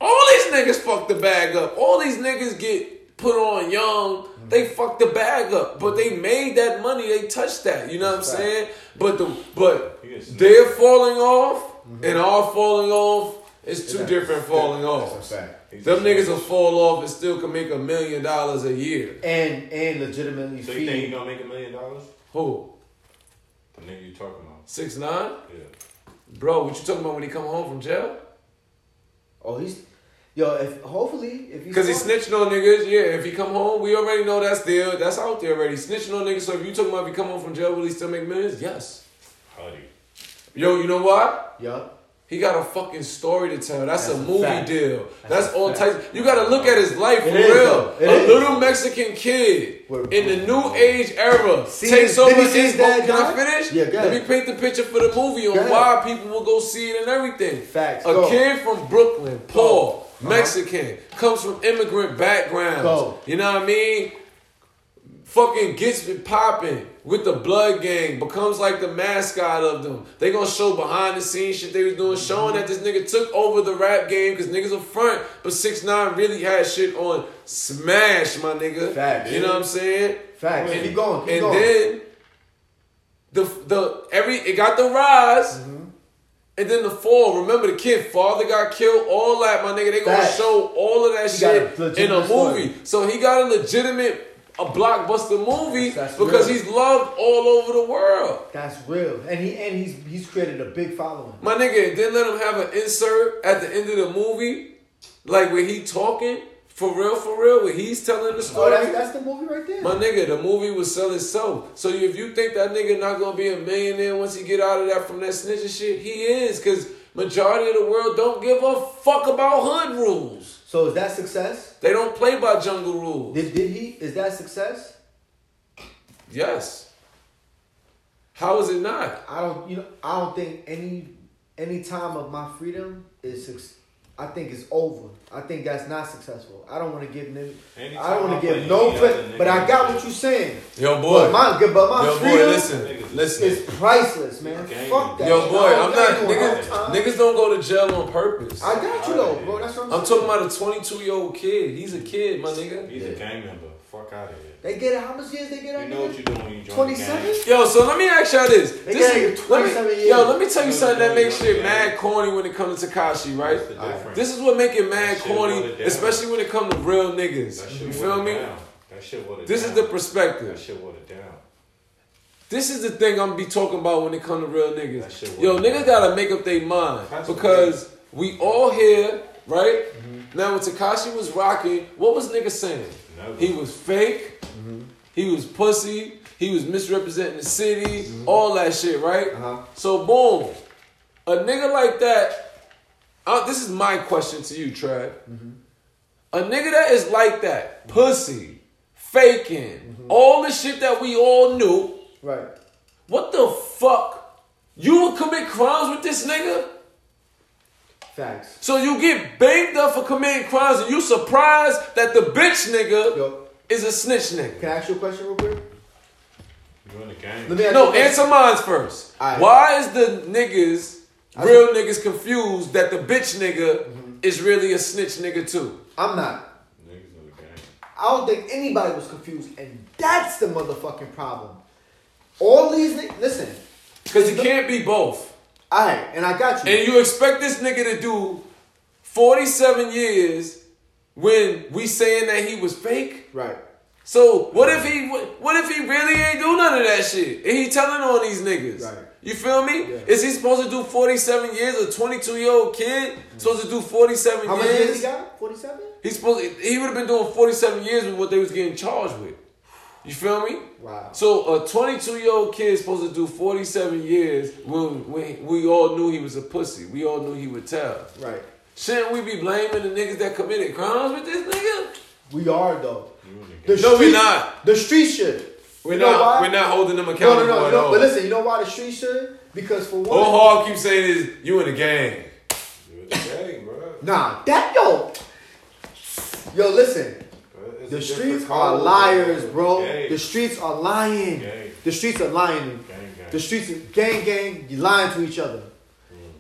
Speaker 2: all these niggas fuck the bag up. All these niggas get put on young.
Speaker 4: Mm-hmm.
Speaker 2: They fuck the bag up, but they made that money. They touched that. You know what I'm
Speaker 4: Fact.
Speaker 2: saying? But the but
Speaker 3: You get sniped.
Speaker 2: they're falling off,
Speaker 4: Mm-hmm.
Speaker 2: and our falling off is two different falling
Speaker 4: That's
Speaker 3: Oh,
Speaker 2: offs.
Speaker 4: a fact.
Speaker 3: he's
Speaker 2: Them
Speaker 3: a-
Speaker 2: niggas will fall off and still can make a million dollars a year.
Speaker 4: And and legitimately
Speaker 3: So you think he
Speaker 4: feed.
Speaker 3: gonna make a million dollars?
Speaker 2: Who
Speaker 3: The nigga you talking about.
Speaker 2: six nine?
Speaker 3: Yeah.
Speaker 2: Bro, what you talking about when he come home from jail?
Speaker 4: Oh, he's yo. If hopefully if he's
Speaker 2: Because he
Speaker 4: smart-
Speaker 2: snitching on niggas. Yeah, if he come home, we already know that's there. That's out there already. Snitching on niggas. So if you talking about if he come home from jail, will he still make millions? Yes.
Speaker 3: Howdy.
Speaker 2: Yo, you know why?
Speaker 4: Yeah.
Speaker 2: He got a fucking story to tell. That's,
Speaker 4: That's
Speaker 2: a
Speaker 4: a
Speaker 2: movie
Speaker 4: fact.
Speaker 2: deal.
Speaker 4: That's
Speaker 2: That's,
Speaker 4: a
Speaker 2: all
Speaker 4: fact.
Speaker 2: types. You gotta look at his life for
Speaker 4: It is,
Speaker 2: real.
Speaker 4: though. It
Speaker 2: a
Speaker 4: is.
Speaker 2: little Mexican kid
Speaker 4: Word.
Speaker 2: in the new age era
Speaker 4: See
Speaker 2: takes
Speaker 4: his-
Speaker 2: over
Speaker 4: did he see
Speaker 2: his.
Speaker 4: his dad
Speaker 2: Can I
Speaker 4: die?
Speaker 2: finish?
Speaker 4: Yeah, go
Speaker 2: Let me
Speaker 4: ahead.
Speaker 2: paint the picture for the movie on
Speaker 4: Go ahead.
Speaker 2: why people will go see it and everything.
Speaker 4: Facts.
Speaker 2: A
Speaker 4: Go.
Speaker 2: kid from Brooklyn, poor,
Speaker 4: Uh-huh.
Speaker 2: Mexican, comes from immigrant backgrounds.
Speaker 4: Go.
Speaker 2: You know what I mean? Fucking gets it popping with the blood gang, becomes like the mascot of them. They gonna show behind the scenes shit they was doing, showing that this nigga took over the rap game because niggas a front, but six nine really had shit on smash, my nigga.
Speaker 4: Facts.
Speaker 2: You know what I'm saying?
Speaker 4: Facts.
Speaker 2: And-
Speaker 4: keep going. Keep
Speaker 2: and
Speaker 4: going.
Speaker 2: then the the every it got the rise,
Speaker 4: Mm-hmm.
Speaker 2: and then the fall. Remember the kid father got killed. All that my nigga. They gonna
Speaker 4: Facts.
Speaker 2: show all of that
Speaker 4: He got a
Speaker 2: shit in a
Speaker 4: legitimate story.
Speaker 2: movie. So he got a legitimate a blockbuster movie
Speaker 4: That's- that's
Speaker 2: because
Speaker 4: real.
Speaker 2: he's loved all over the world.
Speaker 4: That's real. And he and he's he's created a big following.
Speaker 2: My nigga, and then let him have an insert at the end of the movie, like where he talking for real, for real, where he's telling the
Speaker 4: Oh,
Speaker 2: story.
Speaker 4: that's, that's the movie right there.
Speaker 2: My nigga, the movie would sell itself. So if you think that nigga not gonna be a millionaire once he get out of that from that snitching shit, he is, cause majority of the world don't give a fuck about hood rules.
Speaker 4: So is that success?
Speaker 2: They don't play by jungle rules.
Speaker 4: Did, did he? Is that success?
Speaker 2: Yes. How is it not?
Speaker 4: I don't. You know. I don't think any any time of my freedom is. Suc- I think it's over. I think that's not successful. I don't want to give them. I
Speaker 3: Anytime
Speaker 4: don't
Speaker 3: I
Speaker 4: want to
Speaker 3: play
Speaker 4: give no
Speaker 3: any
Speaker 4: credit.
Speaker 3: other
Speaker 4: But I
Speaker 3: nigga,
Speaker 4: got what you're saying.
Speaker 2: Yo
Speaker 4: But my but my
Speaker 2: yo boy,
Speaker 4: freedom
Speaker 2: listen,
Speaker 4: is
Speaker 2: listen.
Speaker 4: priceless, man.
Speaker 3: Okay.
Speaker 4: Fuck that.
Speaker 2: Yo
Speaker 4: shit.
Speaker 2: boy,
Speaker 4: I
Speaker 2: I'm
Speaker 4: don't
Speaker 2: not
Speaker 4: think I
Speaker 2: niggas,
Speaker 4: do all the time.
Speaker 2: niggas don't go to jail on purpose.
Speaker 4: I got you though, bro. That's what I'm saying.
Speaker 2: I'm talking about a 22 year old kid. He's a kid, my nigga.
Speaker 3: He's a gang member. Fuck out of here.
Speaker 4: They get it. How much years they get out?
Speaker 3: You know what
Speaker 4: nigga?
Speaker 3: you doing when you join
Speaker 4: 27?
Speaker 3: the gang.
Speaker 2: Yo, so let me ask y'all this.
Speaker 4: They
Speaker 2: This-
Speaker 4: gave you
Speaker 2: let me-
Speaker 4: 27 years.
Speaker 2: Yo, let me tell you something that
Speaker 3: Yeah.
Speaker 2: makes shit mad corny when it comes to Takashi, right?
Speaker 3: That's the difference.
Speaker 2: This is what make it mad
Speaker 3: That shit
Speaker 2: corny,
Speaker 3: watered down.
Speaker 2: especially when it comes to real
Speaker 3: That
Speaker 2: niggas.
Speaker 3: shit
Speaker 2: You
Speaker 3: watered
Speaker 2: feel me?
Speaker 3: Down. That shit watered
Speaker 2: This
Speaker 3: down.
Speaker 2: is the
Speaker 3: That
Speaker 2: perspective.
Speaker 3: shit watered down.
Speaker 2: This is the thing I'm be talking about when it comes to real
Speaker 3: That shit
Speaker 2: niggas.
Speaker 3: watered
Speaker 2: Yo, niggas
Speaker 3: down.
Speaker 2: gotta make up their mind
Speaker 3: That's
Speaker 2: because we all here, right? Now when Takashi was rocking, what was niggas saying?
Speaker 3: Mm-hmm. Never. Mm-hmm.
Speaker 2: He was fake. He was pussy. He was misrepresenting the city.
Speaker 3: Mm-hmm.
Speaker 2: All that shit, right?
Speaker 4: Uh-huh.
Speaker 2: So boom, a nigga like that. Uh, this is my question to you, Trav.
Speaker 3: Mm-hmm.
Speaker 2: A nigga that is like that,
Speaker 3: Mm-hmm.
Speaker 2: pussy, faking, all the shit that we all knew.
Speaker 4: Right.
Speaker 2: What the fuck? You would commit crimes with this nigga?
Speaker 4: Facts.
Speaker 2: So you get banged up for committing crimes and you surprised that the bitch nigga
Speaker 4: Yo,
Speaker 2: is a snitch nigga.
Speaker 4: can I ask you a question real quick?
Speaker 3: You in the game?
Speaker 4: Let me ask you
Speaker 2: No,
Speaker 4: a question.
Speaker 2: answer mine first.
Speaker 4: Alright.
Speaker 2: Why is the niggas, real niggas confused that the bitch nigga is really a snitch nigga too?
Speaker 4: I'm not.
Speaker 3: Niggas in the game.
Speaker 4: I don't think anybody was confused, and that's the motherfucking problem. All these ni- listen,
Speaker 2: Because it can't be both.
Speaker 4: I and I got you.
Speaker 2: And you expect this nigga to do 47 years when we saying that he was fake?
Speaker 4: right.
Speaker 2: So what if he what if he really ain't do none of that shit? And he telling on these niggas.
Speaker 4: Right.
Speaker 2: You feel me?
Speaker 4: Yeah.
Speaker 2: Is he supposed to do 47 years? A 22 year old kid supposed to do 47
Speaker 4: Mm-hmm. How many
Speaker 2: years?
Speaker 4: years he got? Forty-seven.
Speaker 2: He's supposed he would have been doing 47 years with what they was getting charged with. You feel me?
Speaker 4: Wow.
Speaker 2: So a 22 year old kid is supposed to do 47 years when, when we all knew he was a pussy. We all knew he would tell.
Speaker 4: Right.
Speaker 2: Shouldn't we be blaming the niggas that committed crimes with this nigga?
Speaker 4: We are though.
Speaker 3: You in the game.
Speaker 4: The
Speaker 2: No, we
Speaker 4: (laughs) street-
Speaker 2: not.
Speaker 4: The street should.
Speaker 2: We're
Speaker 4: You know
Speaker 2: not
Speaker 4: why?
Speaker 2: we're not holding them
Speaker 4: No,
Speaker 2: accountable
Speaker 4: no, no,
Speaker 2: at
Speaker 4: no.
Speaker 2: all.
Speaker 4: But listen, you know why the street should? Because for one,
Speaker 2: all Hall keeps saying is you in the gang.
Speaker 3: You in the game, bro.
Speaker 4: nah, that yo, yo, listen.
Speaker 3: It's
Speaker 4: The
Speaker 3: a different
Speaker 4: streets
Speaker 3: color,
Speaker 4: are liars, bro.
Speaker 3: Gang.
Speaker 4: The streets are lying.
Speaker 3: Gang.
Speaker 4: The streets are lying.
Speaker 3: Gang, gang.
Speaker 4: The streets, is- gang, gang, you lying to each other.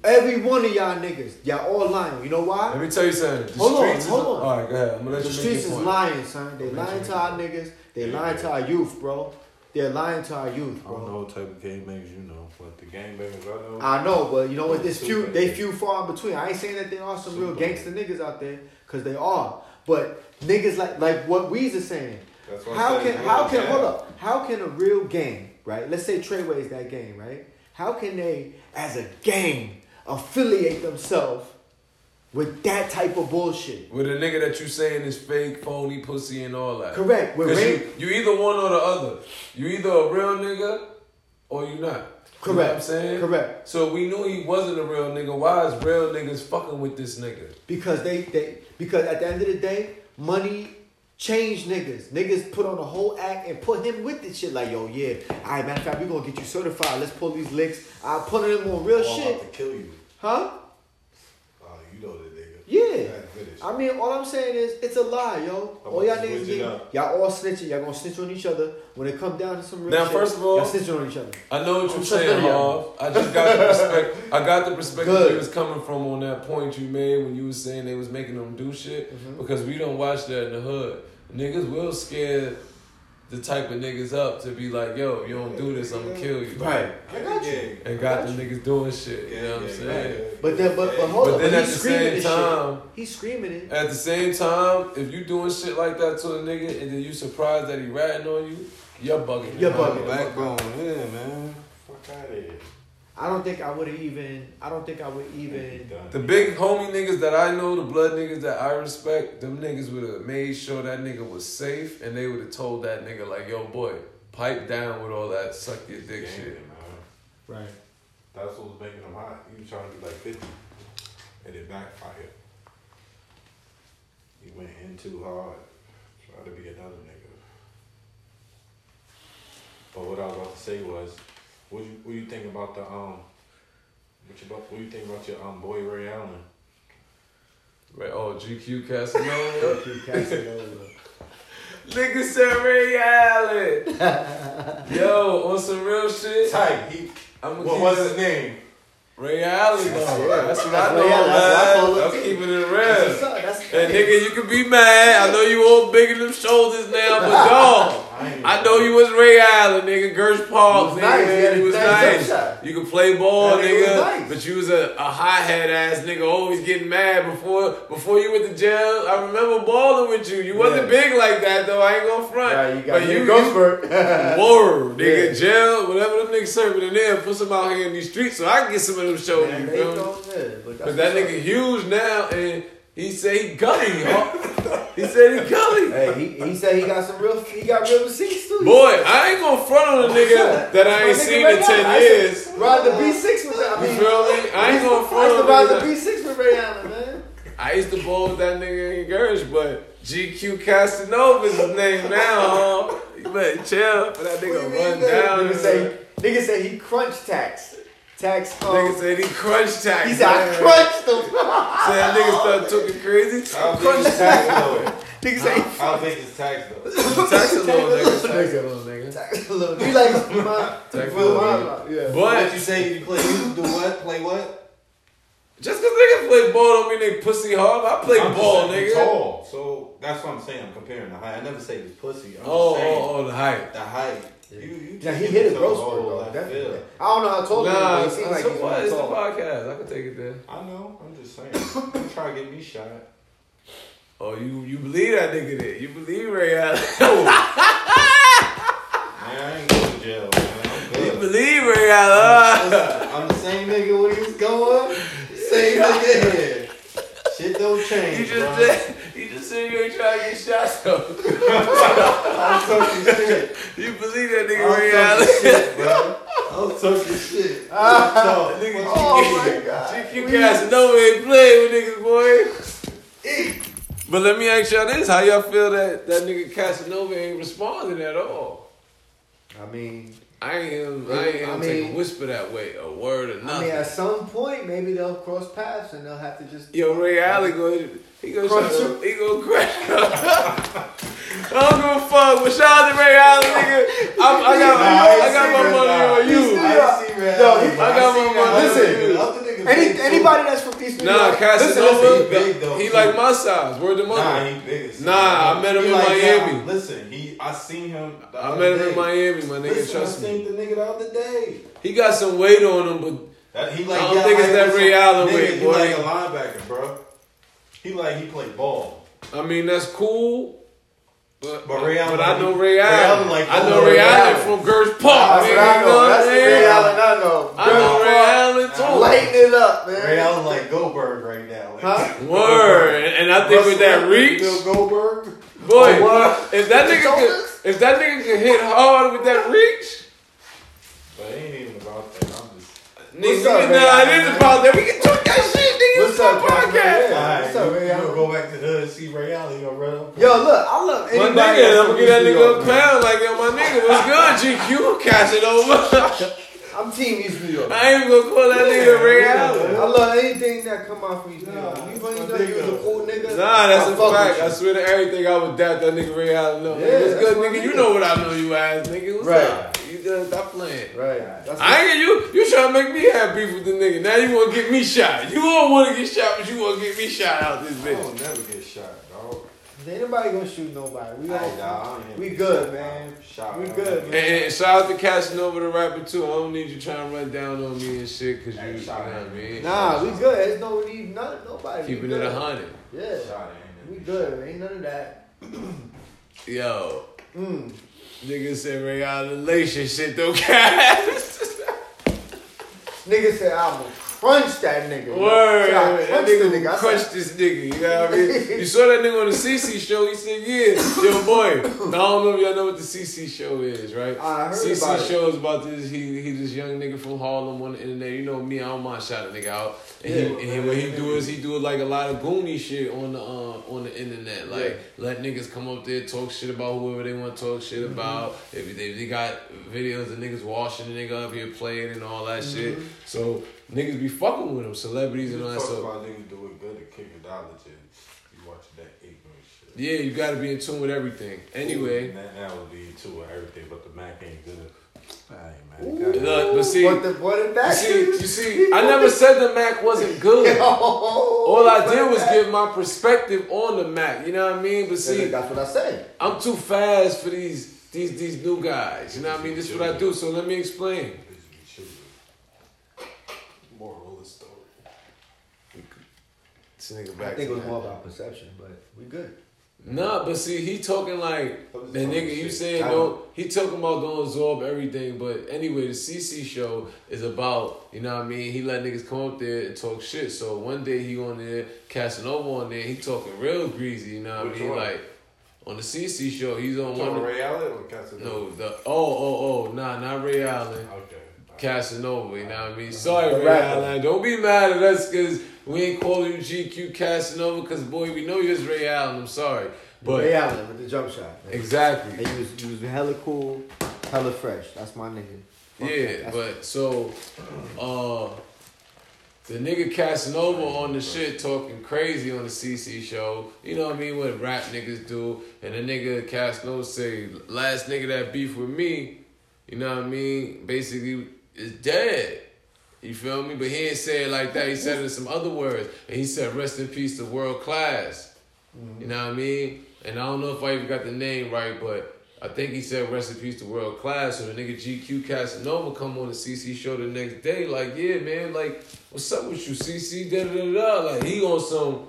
Speaker 4: Every one of y'all niggas, y'all all lying. You know
Speaker 2: Mm. Let
Speaker 4: why?
Speaker 2: me tell you something. The
Speaker 4: Hold on,
Speaker 2: streets is,
Speaker 4: hold on.
Speaker 2: All right, go ahead. I'm gonna let
Speaker 4: The
Speaker 2: you make
Speaker 4: streets
Speaker 2: your
Speaker 4: is
Speaker 2: point.
Speaker 4: lying, son. They lying to our niggas. They lying to our youth, bro. They're lying to our youth,
Speaker 2: Oh,
Speaker 3: I don't
Speaker 4: bro.
Speaker 3: know what type of game bangers you know, but the game bangers I know.
Speaker 4: I know, but you know what? There's few. They few far in between. I ain't saying that there are some real gangster niggas out there, cause they are. But niggas like like what Weez is saying.
Speaker 3: That's what I'm
Speaker 4: How
Speaker 3: saying,
Speaker 4: can
Speaker 3: you
Speaker 4: how
Speaker 3: know,
Speaker 4: can
Speaker 3: yeah.
Speaker 4: hold up? How can a real gang, right? Let's say Treyway's that gang, right? How can they, as a gang, affiliate themselves with that type of bullshit?
Speaker 2: With a nigga that you saying is fake, phony, pussy, and all that.
Speaker 4: Correct. With
Speaker 2: 'Cause
Speaker 4: rape.
Speaker 2: you, you either one or the other. You either a real nigga or you not. You know what I'm
Speaker 4: Correct.
Speaker 2: saying?
Speaker 4: Correct.
Speaker 2: So we knew he wasn't a real nigga. Why is real niggas fucking with this nigga?
Speaker 4: Because they, they because at the end of the day, money changed niggas. Niggas put on a whole act and put him with this shit like, yo, yeah, all right, matter of fact, we gonna get you certified. Let's pull these licks. I'll pull them on real
Speaker 3: Oh, I'm about
Speaker 4: shit.
Speaker 3: to kill you.
Speaker 4: Huh?
Speaker 3: Oh, you know that nigga.
Speaker 4: Yeah.
Speaker 3: That's finished.
Speaker 4: I mean, all I'm saying is it's a lie, yo.
Speaker 3: I'm
Speaker 4: All y'all
Speaker 3: about to
Speaker 4: niggas
Speaker 3: switch it
Speaker 4: be
Speaker 3: up.
Speaker 4: y'all all snitching. Y'all gonna snitch on each other when it come down to some real
Speaker 2: Now,
Speaker 4: shit.
Speaker 2: first of all-
Speaker 4: y'all snitching on each other.
Speaker 2: I know what you're
Speaker 4: I'm
Speaker 2: saying,
Speaker 4: sorry.
Speaker 2: Hov. I just got the respect. I got the perspective
Speaker 4: Good.
Speaker 2: you was coming from on that point you made when you was saying they was making them do shit
Speaker 4: Mm-hmm.
Speaker 2: because we don't watch that in the hood. Niggas will scare the type of niggas up to be like, yo, if you don't do this, I'm gonna kill you.
Speaker 4: Right. I got you.
Speaker 3: Yeah,
Speaker 2: And got the niggas doing shit. You know what I'm
Speaker 3: yeah,
Speaker 2: saying?
Speaker 3: yeah, yeah.
Speaker 4: But then, but but hold
Speaker 2: But
Speaker 4: on.
Speaker 2: then
Speaker 4: but
Speaker 2: at
Speaker 4: he's
Speaker 2: the
Speaker 4: screaming
Speaker 2: same
Speaker 4: this
Speaker 2: time-
Speaker 4: shit. he's screaming it.
Speaker 2: At the same time, if you doing shit like that to a nigga and then you surprised that he ratting on you, you're bugging.
Speaker 4: You're
Speaker 2: him.
Speaker 4: bugging.
Speaker 3: Backbone, yeah, man. Fuck out of here.
Speaker 4: I don't think I would have even. I don't think I would even.
Speaker 2: The big homie niggas that I know, the blood niggas that I respect, them niggas would have made sure that nigga was safe and they would have told that nigga like, yo boy, pipe down with all that suck your dick shit.
Speaker 4: Right.
Speaker 3: That's what was making him hot. He was trying to be like 50. And it backfired. He went in too hard. Tried to be another nigga. But what I was about to say was, what you what you think about the um what you about, what you think about your um boy Ray Allen?
Speaker 2: Right. Oh, GQ Casanova. (laughs)
Speaker 4: Keep casting over.
Speaker 2: nigga said Ray Allen. (laughs) yo, on some real shit.
Speaker 3: Tight. He
Speaker 2: I'm
Speaker 3: what was his name?
Speaker 2: Ray Allen though. That's what I
Speaker 4: That's
Speaker 2: know,
Speaker 4: Ray Allen. That's what I
Speaker 2: man.
Speaker 4: call him,
Speaker 2: I'm
Speaker 4: too.
Speaker 2: keeping it
Speaker 4: That's what's
Speaker 2: real.
Speaker 4: up. That's-
Speaker 2: And nigga, you can be mad. I know you all big in them shoulders now,
Speaker 4: (laughs)
Speaker 2: but dog.
Speaker 3: I, ain't
Speaker 2: I know you was Ray Allen, nigga. Gersh Park,
Speaker 4: He was
Speaker 2: nigga.
Speaker 4: nice. He had a
Speaker 2: You was
Speaker 4: nice jump
Speaker 2: nice.
Speaker 4: shot.
Speaker 2: You could play ball,
Speaker 4: That nigga
Speaker 2: nigga.
Speaker 4: was nice.
Speaker 2: But you was a, a hot head ass nigga, always getting mad before before you went to jail. I remember balling with you. You wasn't
Speaker 4: Yeah.
Speaker 2: big like that though. I ain't gonna front.
Speaker 4: Right, you got
Speaker 2: but
Speaker 4: you
Speaker 2: you
Speaker 4: go
Speaker 2: you-
Speaker 4: for it.
Speaker 2: Word, nigga,
Speaker 4: Yeah.
Speaker 2: jail, whatever them niggas serving in there, put some out here in these streets so I can get some of them shoulders.
Speaker 4: Man,
Speaker 2: you
Speaker 4: they
Speaker 2: feel me?
Speaker 4: don't care, but
Speaker 2: But
Speaker 4: that's
Speaker 2: that
Speaker 4: what's
Speaker 2: nigga huge now, and he say he gully. huh? he said he gully.
Speaker 1: (laughs)
Speaker 4: up. Hey, he, he said he got some real. He got real receipts too.
Speaker 2: Boy, I ain't gonna front on a nigga that I ain't
Speaker 4: My nigga
Speaker 2: seen
Speaker 4: Ray
Speaker 2: in
Speaker 4: Allen. I
Speaker 2: ten
Speaker 4: said,
Speaker 2: years.
Speaker 4: Ride the B six with that. I
Speaker 2: You
Speaker 4: mean,
Speaker 2: feel me? I ain't gonna
Speaker 4: I
Speaker 2: front
Speaker 4: used to
Speaker 2: on a
Speaker 4: ride the
Speaker 2: nigga.
Speaker 4: B six with Ray Allen, man.
Speaker 2: that- I used to bowl with that nigga in Gersh, but GQ Casanova's his name now, huh? You better chill for that
Speaker 4: What do you
Speaker 2: nigga
Speaker 4: mean
Speaker 2: run
Speaker 4: that?
Speaker 2: down.
Speaker 4: Nigga say Nigga said he crunch tax. Tax. Um,
Speaker 2: Nigga said he crunch tax.
Speaker 4: he said I
Speaker 2: man. (laughs)
Speaker 4: crunched them.
Speaker 2: Said that nigga started talking crazy.
Speaker 3: I don't think it's tax
Speaker 4: nigga
Speaker 3: though.
Speaker 4: said
Speaker 3: I don't think it's tax though.
Speaker 2: Tax a little nigga. Tax a little
Speaker 4: (laughs) he
Speaker 2: nigga.
Speaker 4: taxed a little bit. He like my,
Speaker 2: Tax a
Speaker 4: my,
Speaker 2: little
Speaker 4: my,
Speaker 2: nigga.
Speaker 4: yeah.
Speaker 3: What you
Speaker 2: But
Speaker 3: say you play? You do what? Play what?
Speaker 2: just cause niggas play ball don't mean they pussy hard. I play
Speaker 3: I'm just
Speaker 2: ball,
Speaker 3: saying
Speaker 2: nigga.
Speaker 3: Tall. So that's what I'm saying. I'm comparing the height. I never say it's pussy. I'm
Speaker 2: Oh,
Speaker 3: just saying
Speaker 2: oh, oh, the height.
Speaker 3: the height. You, you
Speaker 4: Yeah,
Speaker 3: just
Speaker 4: he
Speaker 3: give
Speaker 4: hit a
Speaker 3: yourself
Speaker 4: gross
Speaker 3: all
Speaker 4: word though.
Speaker 3: left
Speaker 4: Definitely.
Speaker 3: field.
Speaker 4: I don't know how tall he is,
Speaker 2: Nah,
Speaker 4: but
Speaker 2: uh,
Speaker 4: he seems like
Speaker 2: so
Speaker 4: he's
Speaker 2: what?
Speaker 4: really
Speaker 2: It's the
Speaker 4: tall.
Speaker 2: podcast. I could take it there.
Speaker 3: I know. I'm just
Speaker 4: (laughs)
Speaker 3: saying. I'm trying to get me shot.
Speaker 2: Oh, you you believe that nigga there? You believe Ray Allen? (laughs)
Speaker 3: Man, I ain't going to jail. Man. I'm (laughs)
Speaker 2: you
Speaker 3: good.
Speaker 2: believe Ray Allen?
Speaker 3: I'm the same nigga when he was going. Same nigga here. Shit don't change.
Speaker 2: (laughs)
Speaker 3: bro.
Speaker 2: You just said you just said you ain't trying to get shot. So
Speaker 3: I'm talking shit.
Speaker 2: you believe that
Speaker 3: I'm
Speaker 2: nigga Ray Allen?
Speaker 3: talking shit, bro. I'm talking
Speaker 2: (laughs)
Speaker 3: shit. I'm talking.
Speaker 2: Nigga,
Speaker 4: Oh my god.
Speaker 2: you Casanova ain't playing with niggas, boy.
Speaker 4: Eh.
Speaker 2: But let me ask y'all this: How y'all feel that that nigga Casanova ain't responding at all?
Speaker 4: I mean,
Speaker 2: I ain't him. I ain't him
Speaker 4: I
Speaker 2: take
Speaker 4: mean-
Speaker 2: a whisper that way, a word or
Speaker 4: I
Speaker 2: nothing.
Speaker 4: mean, at some point, maybe they'll cross paths and they'll have to just.
Speaker 2: Yo, Ray Allen go. He gonna
Speaker 4: Crunch
Speaker 2: try to, he gonna crash. (laughs) I don't give a fuck. But shout out to Ray Allen, nigga. I, I got, I got my money on you.
Speaker 4: Nah,
Speaker 3: I see Red
Speaker 4: Yo,
Speaker 3: Allen,
Speaker 4: he-
Speaker 3: bro.
Speaker 2: I got
Speaker 3: see that
Speaker 2: my money.
Speaker 3: other
Speaker 4: Listen.
Speaker 3: nigga. Other nigga
Speaker 4: Any,
Speaker 3: big, too.
Speaker 4: anybody that's from East New
Speaker 2: Nah,
Speaker 4: York, listen,
Speaker 2: Casanova.
Speaker 4: listen,
Speaker 3: he big, though.
Speaker 2: He like my size. Word the mother.
Speaker 3: Nah, he big as
Speaker 2: Nah, I met him
Speaker 3: He
Speaker 2: in
Speaker 3: yeah,
Speaker 2: Miami.
Speaker 3: listen, he I seen him. the
Speaker 2: I
Speaker 3: other
Speaker 2: met him
Speaker 3: day.
Speaker 2: in Miami, my nigga.
Speaker 3: Listen,
Speaker 2: trust
Speaker 3: I
Speaker 2: me.
Speaker 3: seen the nigga the other day.
Speaker 2: He got some weight on him, but
Speaker 3: That, he like,
Speaker 2: I don't
Speaker 3: yeah,
Speaker 2: think it's
Speaker 3: like
Speaker 2: that
Speaker 3: this-
Speaker 2: Ray Allen
Speaker 3: nigga,
Speaker 2: weight,
Speaker 3: he
Speaker 2: boy.
Speaker 3: like a linebacker, bro. He like he played ball.
Speaker 2: I mean that's cool. But,
Speaker 3: But Ray Allen-
Speaker 2: but I know Ray
Speaker 3: Ray
Speaker 2: Allen.
Speaker 3: Allen like
Speaker 2: I
Speaker 3: old
Speaker 2: know Ray
Speaker 3: Ray
Speaker 2: Allen
Speaker 4: Allen.
Speaker 2: from Gersh Park.
Speaker 4: (laughs) That's
Speaker 2: nigga,
Speaker 4: what I
Speaker 2: you know
Speaker 4: know.
Speaker 2: what I'm
Speaker 4: That's the
Speaker 2: saying?
Speaker 4: Ray Allen I know.
Speaker 2: I know Ray Allen too.
Speaker 4: Lighten it up, man.
Speaker 3: Ray Allen like Goldberg right now. Like,
Speaker 4: Huh?
Speaker 2: Word, and, and I think with that
Speaker 3: Russell
Speaker 2: reach,
Speaker 3: Bill Goldberg.
Speaker 2: boy,
Speaker 4: Oh, word.
Speaker 2: if that
Speaker 4: With the
Speaker 2: nigga
Speaker 4: shoulders?
Speaker 2: could, if that nigga could hit hard with that reach,
Speaker 3: But it ain't even about that. I'm just.
Speaker 2: nigga,
Speaker 4: up, Ray
Speaker 2: nah,
Speaker 4: Allen,
Speaker 2: it is
Speaker 4: man?
Speaker 2: about that. We can talk that shit, nigga. What's
Speaker 4: What's
Speaker 2: up,
Speaker 4: up, Captain?
Speaker 2: podcast?
Speaker 4: Yeah,
Speaker 3: Alright,
Speaker 4: what's up,
Speaker 3: you-
Speaker 4: Ray
Speaker 3: you
Speaker 4: Allen?
Speaker 3: gonna go back to the hood and see Ray Allen. You gonna run up?
Speaker 4: Yo, look, I love
Speaker 2: My
Speaker 4: anybody.
Speaker 2: nigga,
Speaker 4: that's
Speaker 2: I'm
Speaker 4: from
Speaker 2: gonna get that
Speaker 4: East New
Speaker 2: nigga a
Speaker 4: York, man.
Speaker 2: pound like yo, my nigga. What's good, GQ? Cash it over. (laughs)
Speaker 4: I'm Team East New York.
Speaker 2: I ain't even gonna call that nigga Ray
Speaker 3: yeah.
Speaker 2: Allen.
Speaker 4: I love anything that come out from East New York.
Speaker 3: Nah,
Speaker 4: You funny
Speaker 3: my
Speaker 4: know you was a
Speaker 3: nigga.
Speaker 4: cool nigga.
Speaker 2: Nah, that's
Speaker 4: I
Speaker 2: a
Speaker 4: fuck with
Speaker 2: fact.
Speaker 4: you.
Speaker 2: I swear to everything, I would doubt that nigga Ray Allen. No,
Speaker 4: Yeah,
Speaker 2: what's
Speaker 4: that's
Speaker 2: good,
Speaker 4: what I
Speaker 2: nigga? You
Speaker 4: mean.
Speaker 2: know what I know, you ass nigga. What's
Speaker 4: Right.
Speaker 2: up? You done stop playing.
Speaker 4: Right. That's
Speaker 2: I ain't you. You trying to make me have beef with the nigga. Now you want to get me shot. You don't want to get shot, but you want to get me shot out this
Speaker 3: I
Speaker 2: bitch.
Speaker 3: don't never get shot, dog.
Speaker 4: Ain't nobody gonna shoot nobody. We
Speaker 3: Hey,
Speaker 4: all
Speaker 3: dog, I don't
Speaker 4: we
Speaker 3: even
Speaker 4: good,
Speaker 3: get
Speaker 4: man.
Speaker 3: shot.
Speaker 4: We
Speaker 3: Shot.
Speaker 4: good,
Speaker 2: And, and shout out to Casanova the rapper too. I don't need you trying to run down on me and shit because you, you know what I mean.
Speaker 4: Nah, we good. There's no need, none, nobody. We
Speaker 2: keeping it
Speaker 4: good.
Speaker 2: a hundred.
Speaker 4: Yeah,
Speaker 3: Shot
Speaker 4: we
Speaker 3: ain't
Speaker 4: good. Ain't none of that.
Speaker 2: Yo,
Speaker 4: Mm.
Speaker 2: nigga said Ray Allen Lation shit though, (laughs) Cass.
Speaker 4: Nigga said I'm gonna crunch that nigga.
Speaker 2: Word.
Speaker 4: So I
Speaker 2: That
Speaker 4: crunched the
Speaker 2: nigga
Speaker 4: nigga. I said,
Speaker 2: crunched this nigga. You know what I
Speaker 4: (laughs)
Speaker 2: mean? You saw that nigga on the CC show. He said, "Yeah, yo, boy." Now, I don't know if y'all know what the CC show is, right?
Speaker 4: I heard
Speaker 2: CC
Speaker 4: about it.
Speaker 2: show is about this. He he, this young nigga from Harlem on the internet. You know me. I don't mind shouting a nigga out. And, he,
Speaker 4: Yeah.
Speaker 2: and he- what he do is he do like a lot of goony shit on the um, on the internet. Like let niggas come up there talk shit about whoever they want to talk shit about. If they, they got videos of niggas washing the nigga up here playing and all that shit. So niggas be fucking with them, celebrities and all that.
Speaker 3: Talk
Speaker 2: So
Speaker 3: about niggas do it good to kick a dollar to you watching that ignorant shit.
Speaker 2: yeah, you gotta be in tune with everything. Anyway,
Speaker 3: that, that would be too with everything, but the Mac ain't good. Alright, man.
Speaker 4: Ooh,
Speaker 3: Goddamn.
Speaker 2: Look, but see-
Speaker 4: what the what the
Speaker 2: you
Speaker 4: back?
Speaker 2: see, you see, I never said the Mac wasn't
Speaker 4: (laughs)
Speaker 2: good. All
Speaker 4: All
Speaker 2: I did was give my perspective on the Mac. You know what I mean? But see,
Speaker 4: That's what I said.
Speaker 2: I'm too fast for these these these new guys. You know what I mean? This is what I do. So let me explain.
Speaker 3: Niggas be shooting. Moral of the story.
Speaker 2: This nigga
Speaker 4: I
Speaker 2: back.
Speaker 4: think
Speaker 2: to
Speaker 4: it was
Speaker 2: that.
Speaker 4: more about perception, but we good.
Speaker 2: Nah, but see, he talking like
Speaker 3: I'm just
Speaker 2: the
Speaker 3: talking
Speaker 2: nigga. You
Speaker 3: shit.
Speaker 2: saying
Speaker 3: I
Speaker 2: no? He talking about don't absorb everything. But anyway, the CC show is about you know what I mean. He let niggas come up there and talk shit. So one day he on there, Casanova on there. He talking real greasy. You know what I
Speaker 3: Which
Speaker 2: mean?
Speaker 3: one?
Speaker 2: Like on the CC show, he's on
Speaker 3: Talking
Speaker 2: one. of-
Speaker 3: Ray Allen or Casanova?
Speaker 2: No, the oh oh oh nah, not Ray Allen.
Speaker 3: Okay.
Speaker 2: Casanova, you know what I mean? Sorry,
Speaker 4: The
Speaker 2: Ray
Speaker 4: rapper.
Speaker 2: Allen. Don't be mad at us because we ain't calling you GQ Casanova because, boy, we know you're Ray Allen. I'm sorry. But
Speaker 4: Ray Allen with the jump shot. man.
Speaker 2: Exactly.
Speaker 4: And you was, you was hella cool, hella fresh. That's my nigga. Fuck that.
Speaker 2: yeah,
Speaker 4: That's-
Speaker 2: but so uh the nigga Casanova on the shit talking crazy on the CC show. You know what I mean? What rap niggas do. And the nigga Casanova say, last nigga that beef with me, you know what I mean? Basically, is dead. You feel me? But he ain't say it like that. He said it in some other words. And he said, rest in peace to world class. You know what I mean? And I don't know if I even got the name right, but I think he said rest in peace to world class. So the nigga GQ Casanova come on the CC show the next day, like, yeah, man, like, what's up with you, CC? Da da da da. Like, he on some.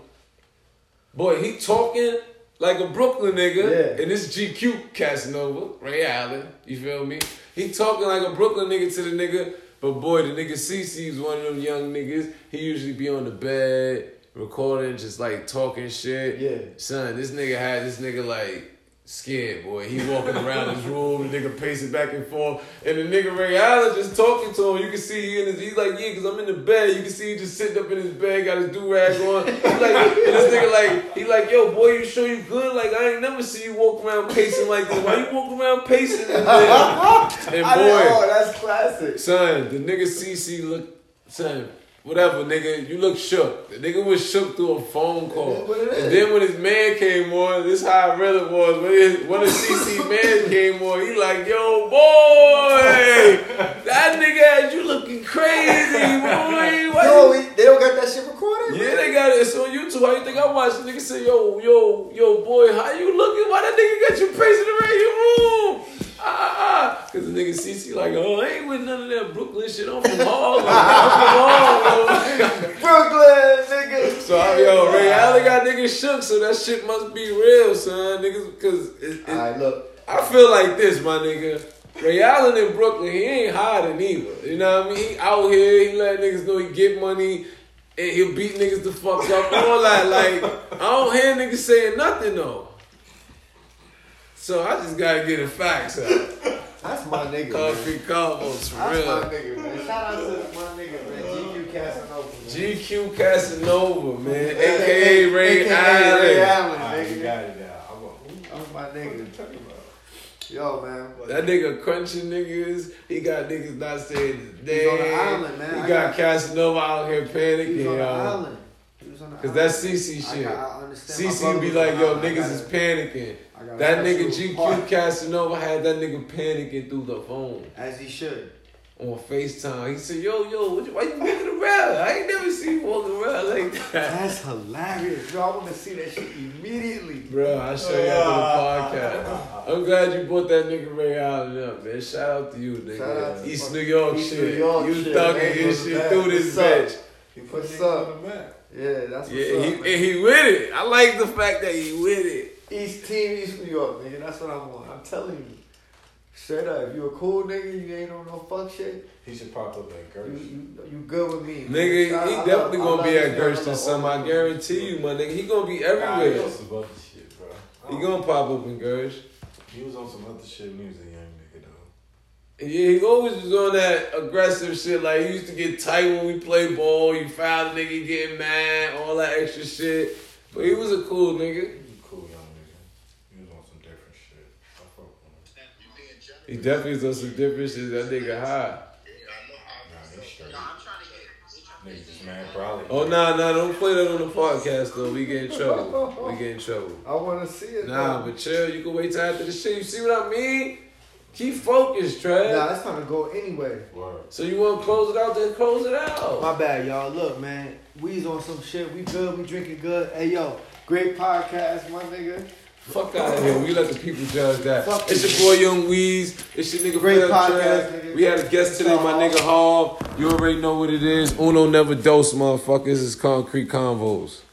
Speaker 2: Boy, he talking like a Brooklyn nigga.
Speaker 4: Yeah.
Speaker 2: And this GQ Casanova, Ray Allen, you feel me? He talking like a Brooklyn nigga to the nigga. But boy, the nigga CC is one of them young niggas. He usually be on the bed, recording, just like talking shit.
Speaker 4: Yeah.
Speaker 2: Son, this nigga had this nigga like scared, boy. He walking around his room, the nigga pacing back and forth, and the nigga Ray Allen just talking to him. You can see he in his, he's like, yeah, cause I'm in the bed. You can see he just sitting up in his bed, got his do rag on. He like, and this nigga like, he like, yo, boy, you sure you good? Like, I ain't never see you walk around pacing like this. Why you walking around pacing?
Speaker 4: (laughs)
Speaker 2: And, and
Speaker 4: I didn't-
Speaker 2: boy,
Speaker 4: oh, that's classic.
Speaker 2: Son, the nigga CC look, son, whatever, nigga, you look shook. The nigga was shook through a phone
Speaker 4: It
Speaker 2: call.
Speaker 4: is what it
Speaker 2: and
Speaker 4: is.
Speaker 2: then when his man came on, this how I really was. When his, when his CC man came on, he like, yo, boy, that nigga had you looking crazy, boy. Why
Speaker 4: Yo,
Speaker 2: you-
Speaker 4: we- they don't got that shit recorded?
Speaker 2: yeah, they got it. It's on YouTube. How you think I watched? Nigga said, "Yo, yo, yo, boy, how you looking? Why that nigga got you pacing around your room?" Ah, ah, cause the nigga CC like, "Oh, I ain't with none of that Brooklyn shit. I'm from Harlem. I'm from Harlem."
Speaker 4: Brooklyn,
Speaker 2: (laughs)
Speaker 4: nigga.
Speaker 2: so I, yo, Ray Allen got niggas shook. So that shit must be real, son. Niggas, cause it, it,
Speaker 4: Alright, look.
Speaker 2: I feel like this, my nigga. Ray Allen in Brooklyn, he ain't hiding either. You know what I mean? He out here, he let niggas know he get money, and he'll beat niggas the fuck up. All that, like, I don't hear niggas saying nothing though. So I just gotta get the facts out.
Speaker 4: That's my nigga. man.
Speaker 2: Concrete combos for
Speaker 4: That's my
Speaker 2: real.
Speaker 4: nigga, man. Shout out to my nigga, man. GQ Casanova. man.
Speaker 2: GQ Casanova, man,
Speaker 4: Yeah,
Speaker 2: aka Ray
Speaker 4: AKA Ray
Speaker 2: Allen.
Speaker 4: Allen,
Speaker 3: Alright, you
Speaker 4: nigga.
Speaker 3: got it now. I'm a,
Speaker 4: That's my
Speaker 3: what you
Speaker 4: nigga.
Speaker 3: talking about?
Speaker 4: Yo, man.
Speaker 2: That nigga crunching niggas. He got niggas not saying his name.
Speaker 4: He's on the island, man.
Speaker 2: He got
Speaker 4: I got-
Speaker 2: Casanova out here
Speaker 4: He was
Speaker 2: panicking,
Speaker 4: on the
Speaker 2: y'all.
Speaker 4: island. He was on the
Speaker 2: Cause
Speaker 4: island.
Speaker 2: that's CC shit.
Speaker 4: I, got- I understand. my
Speaker 2: CC
Speaker 4: brother
Speaker 2: be
Speaker 4: was
Speaker 2: like, yo,
Speaker 4: on the island.
Speaker 2: niggas
Speaker 4: I
Speaker 2: is
Speaker 4: gotta-
Speaker 2: panicking.
Speaker 4: I gotta
Speaker 2: That
Speaker 4: cut
Speaker 2: nigga
Speaker 4: you (laughs)
Speaker 2: GQ
Speaker 4: apart.
Speaker 2: Casanova had that nigga panicking through the phone
Speaker 4: As he should.
Speaker 2: on FaceTime. He said, yo, yo, what you, why you walking around? I ain't never seen you walking around like that.
Speaker 4: (laughs) That's hilarious, bro. I want to see that shit immediately.
Speaker 2: Bro, I'll show you
Speaker 4: (laughs)
Speaker 2: after the podcast. I'm glad you brought that nigga Ray Allen up, man. Shout out to you, nigga.
Speaker 4: Shout out to
Speaker 2: East
Speaker 4: fuck-
Speaker 2: New York
Speaker 4: East
Speaker 2: shit.
Speaker 4: New York
Speaker 2: you
Speaker 4: shit,
Speaker 2: thugging
Speaker 4: man.
Speaker 2: his
Speaker 4: What's
Speaker 2: shit
Speaker 4: that?
Speaker 2: through this
Speaker 4: What's up?
Speaker 2: bitch.
Speaker 3: He put
Speaker 4: What's
Speaker 3: niggas
Speaker 4: up?
Speaker 3: on the map.
Speaker 4: Yeah, that's what's
Speaker 2: Yeah,
Speaker 4: up.
Speaker 2: he, and
Speaker 4: man.
Speaker 2: he with it. I like the fact that he with it.
Speaker 4: East Team, East New York, nigga. That's what I'm on. I'm telling you. Straight up, if you a cool nigga, you ain't on no fuck shit.
Speaker 3: He should pop up at
Speaker 4: You,
Speaker 3: Gersh.
Speaker 4: you, you good with me, man.
Speaker 2: Nigga,
Speaker 4: I-
Speaker 2: he
Speaker 4: I love-
Speaker 2: definitely
Speaker 4: I
Speaker 2: gonna
Speaker 4: love
Speaker 2: be
Speaker 4: this
Speaker 2: at
Speaker 4: man. I love
Speaker 2: Gershton
Speaker 4: all
Speaker 2: some.
Speaker 4: of
Speaker 2: I
Speaker 4: you.
Speaker 2: guarantee you, my nigga. He gonna be everywhere.
Speaker 3: was about the shit, bro. I
Speaker 2: He
Speaker 3: don't-
Speaker 2: gonna pop up in Gersh.
Speaker 3: He was on some other shit when he was a young nigga though.
Speaker 2: And Yeah, he always was on that aggressive shit. Like he used to get tight when we played ball. You foul the nigga getting mad, all that extra shit. But he was a cool nigga.
Speaker 3: He was a cool young nigga. He was on some different shit. I fuck with him.
Speaker 2: He definitely was on some different shit. That nigga high.
Speaker 3: Nah, they straight.
Speaker 5: I'm trying to get.
Speaker 3: Niggas is mad probably.
Speaker 2: Oh nah, nah, don't play that on the podcast though. We get in trouble. We get in trouble.
Speaker 4: I want to see it.
Speaker 2: Nah,
Speaker 4: though.
Speaker 2: but chill. You can wait till after the shit. You see what I mean? Keep focused, Trav.
Speaker 4: nah, that's time to go anyway.
Speaker 3: Word.
Speaker 2: So you want to close it out? Then close it out.
Speaker 4: My bad, y'all. Look, man, we's on some shit. We good. We drinking good. Hey, yo, great podcast, my nigga.
Speaker 2: Fuck out of here. We let the people judge that.
Speaker 4: Fuck
Speaker 2: it's your boy Young Weez. It's your nigga
Speaker 4: Great
Speaker 2: Fred
Speaker 4: podcast,
Speaker 2: Trav.
Speaker 4: nigga.
Speaker 2: We had a guest today, my nigga Hall. You already know what it is. Uno never dose, motherfuckers. It's concrete convos.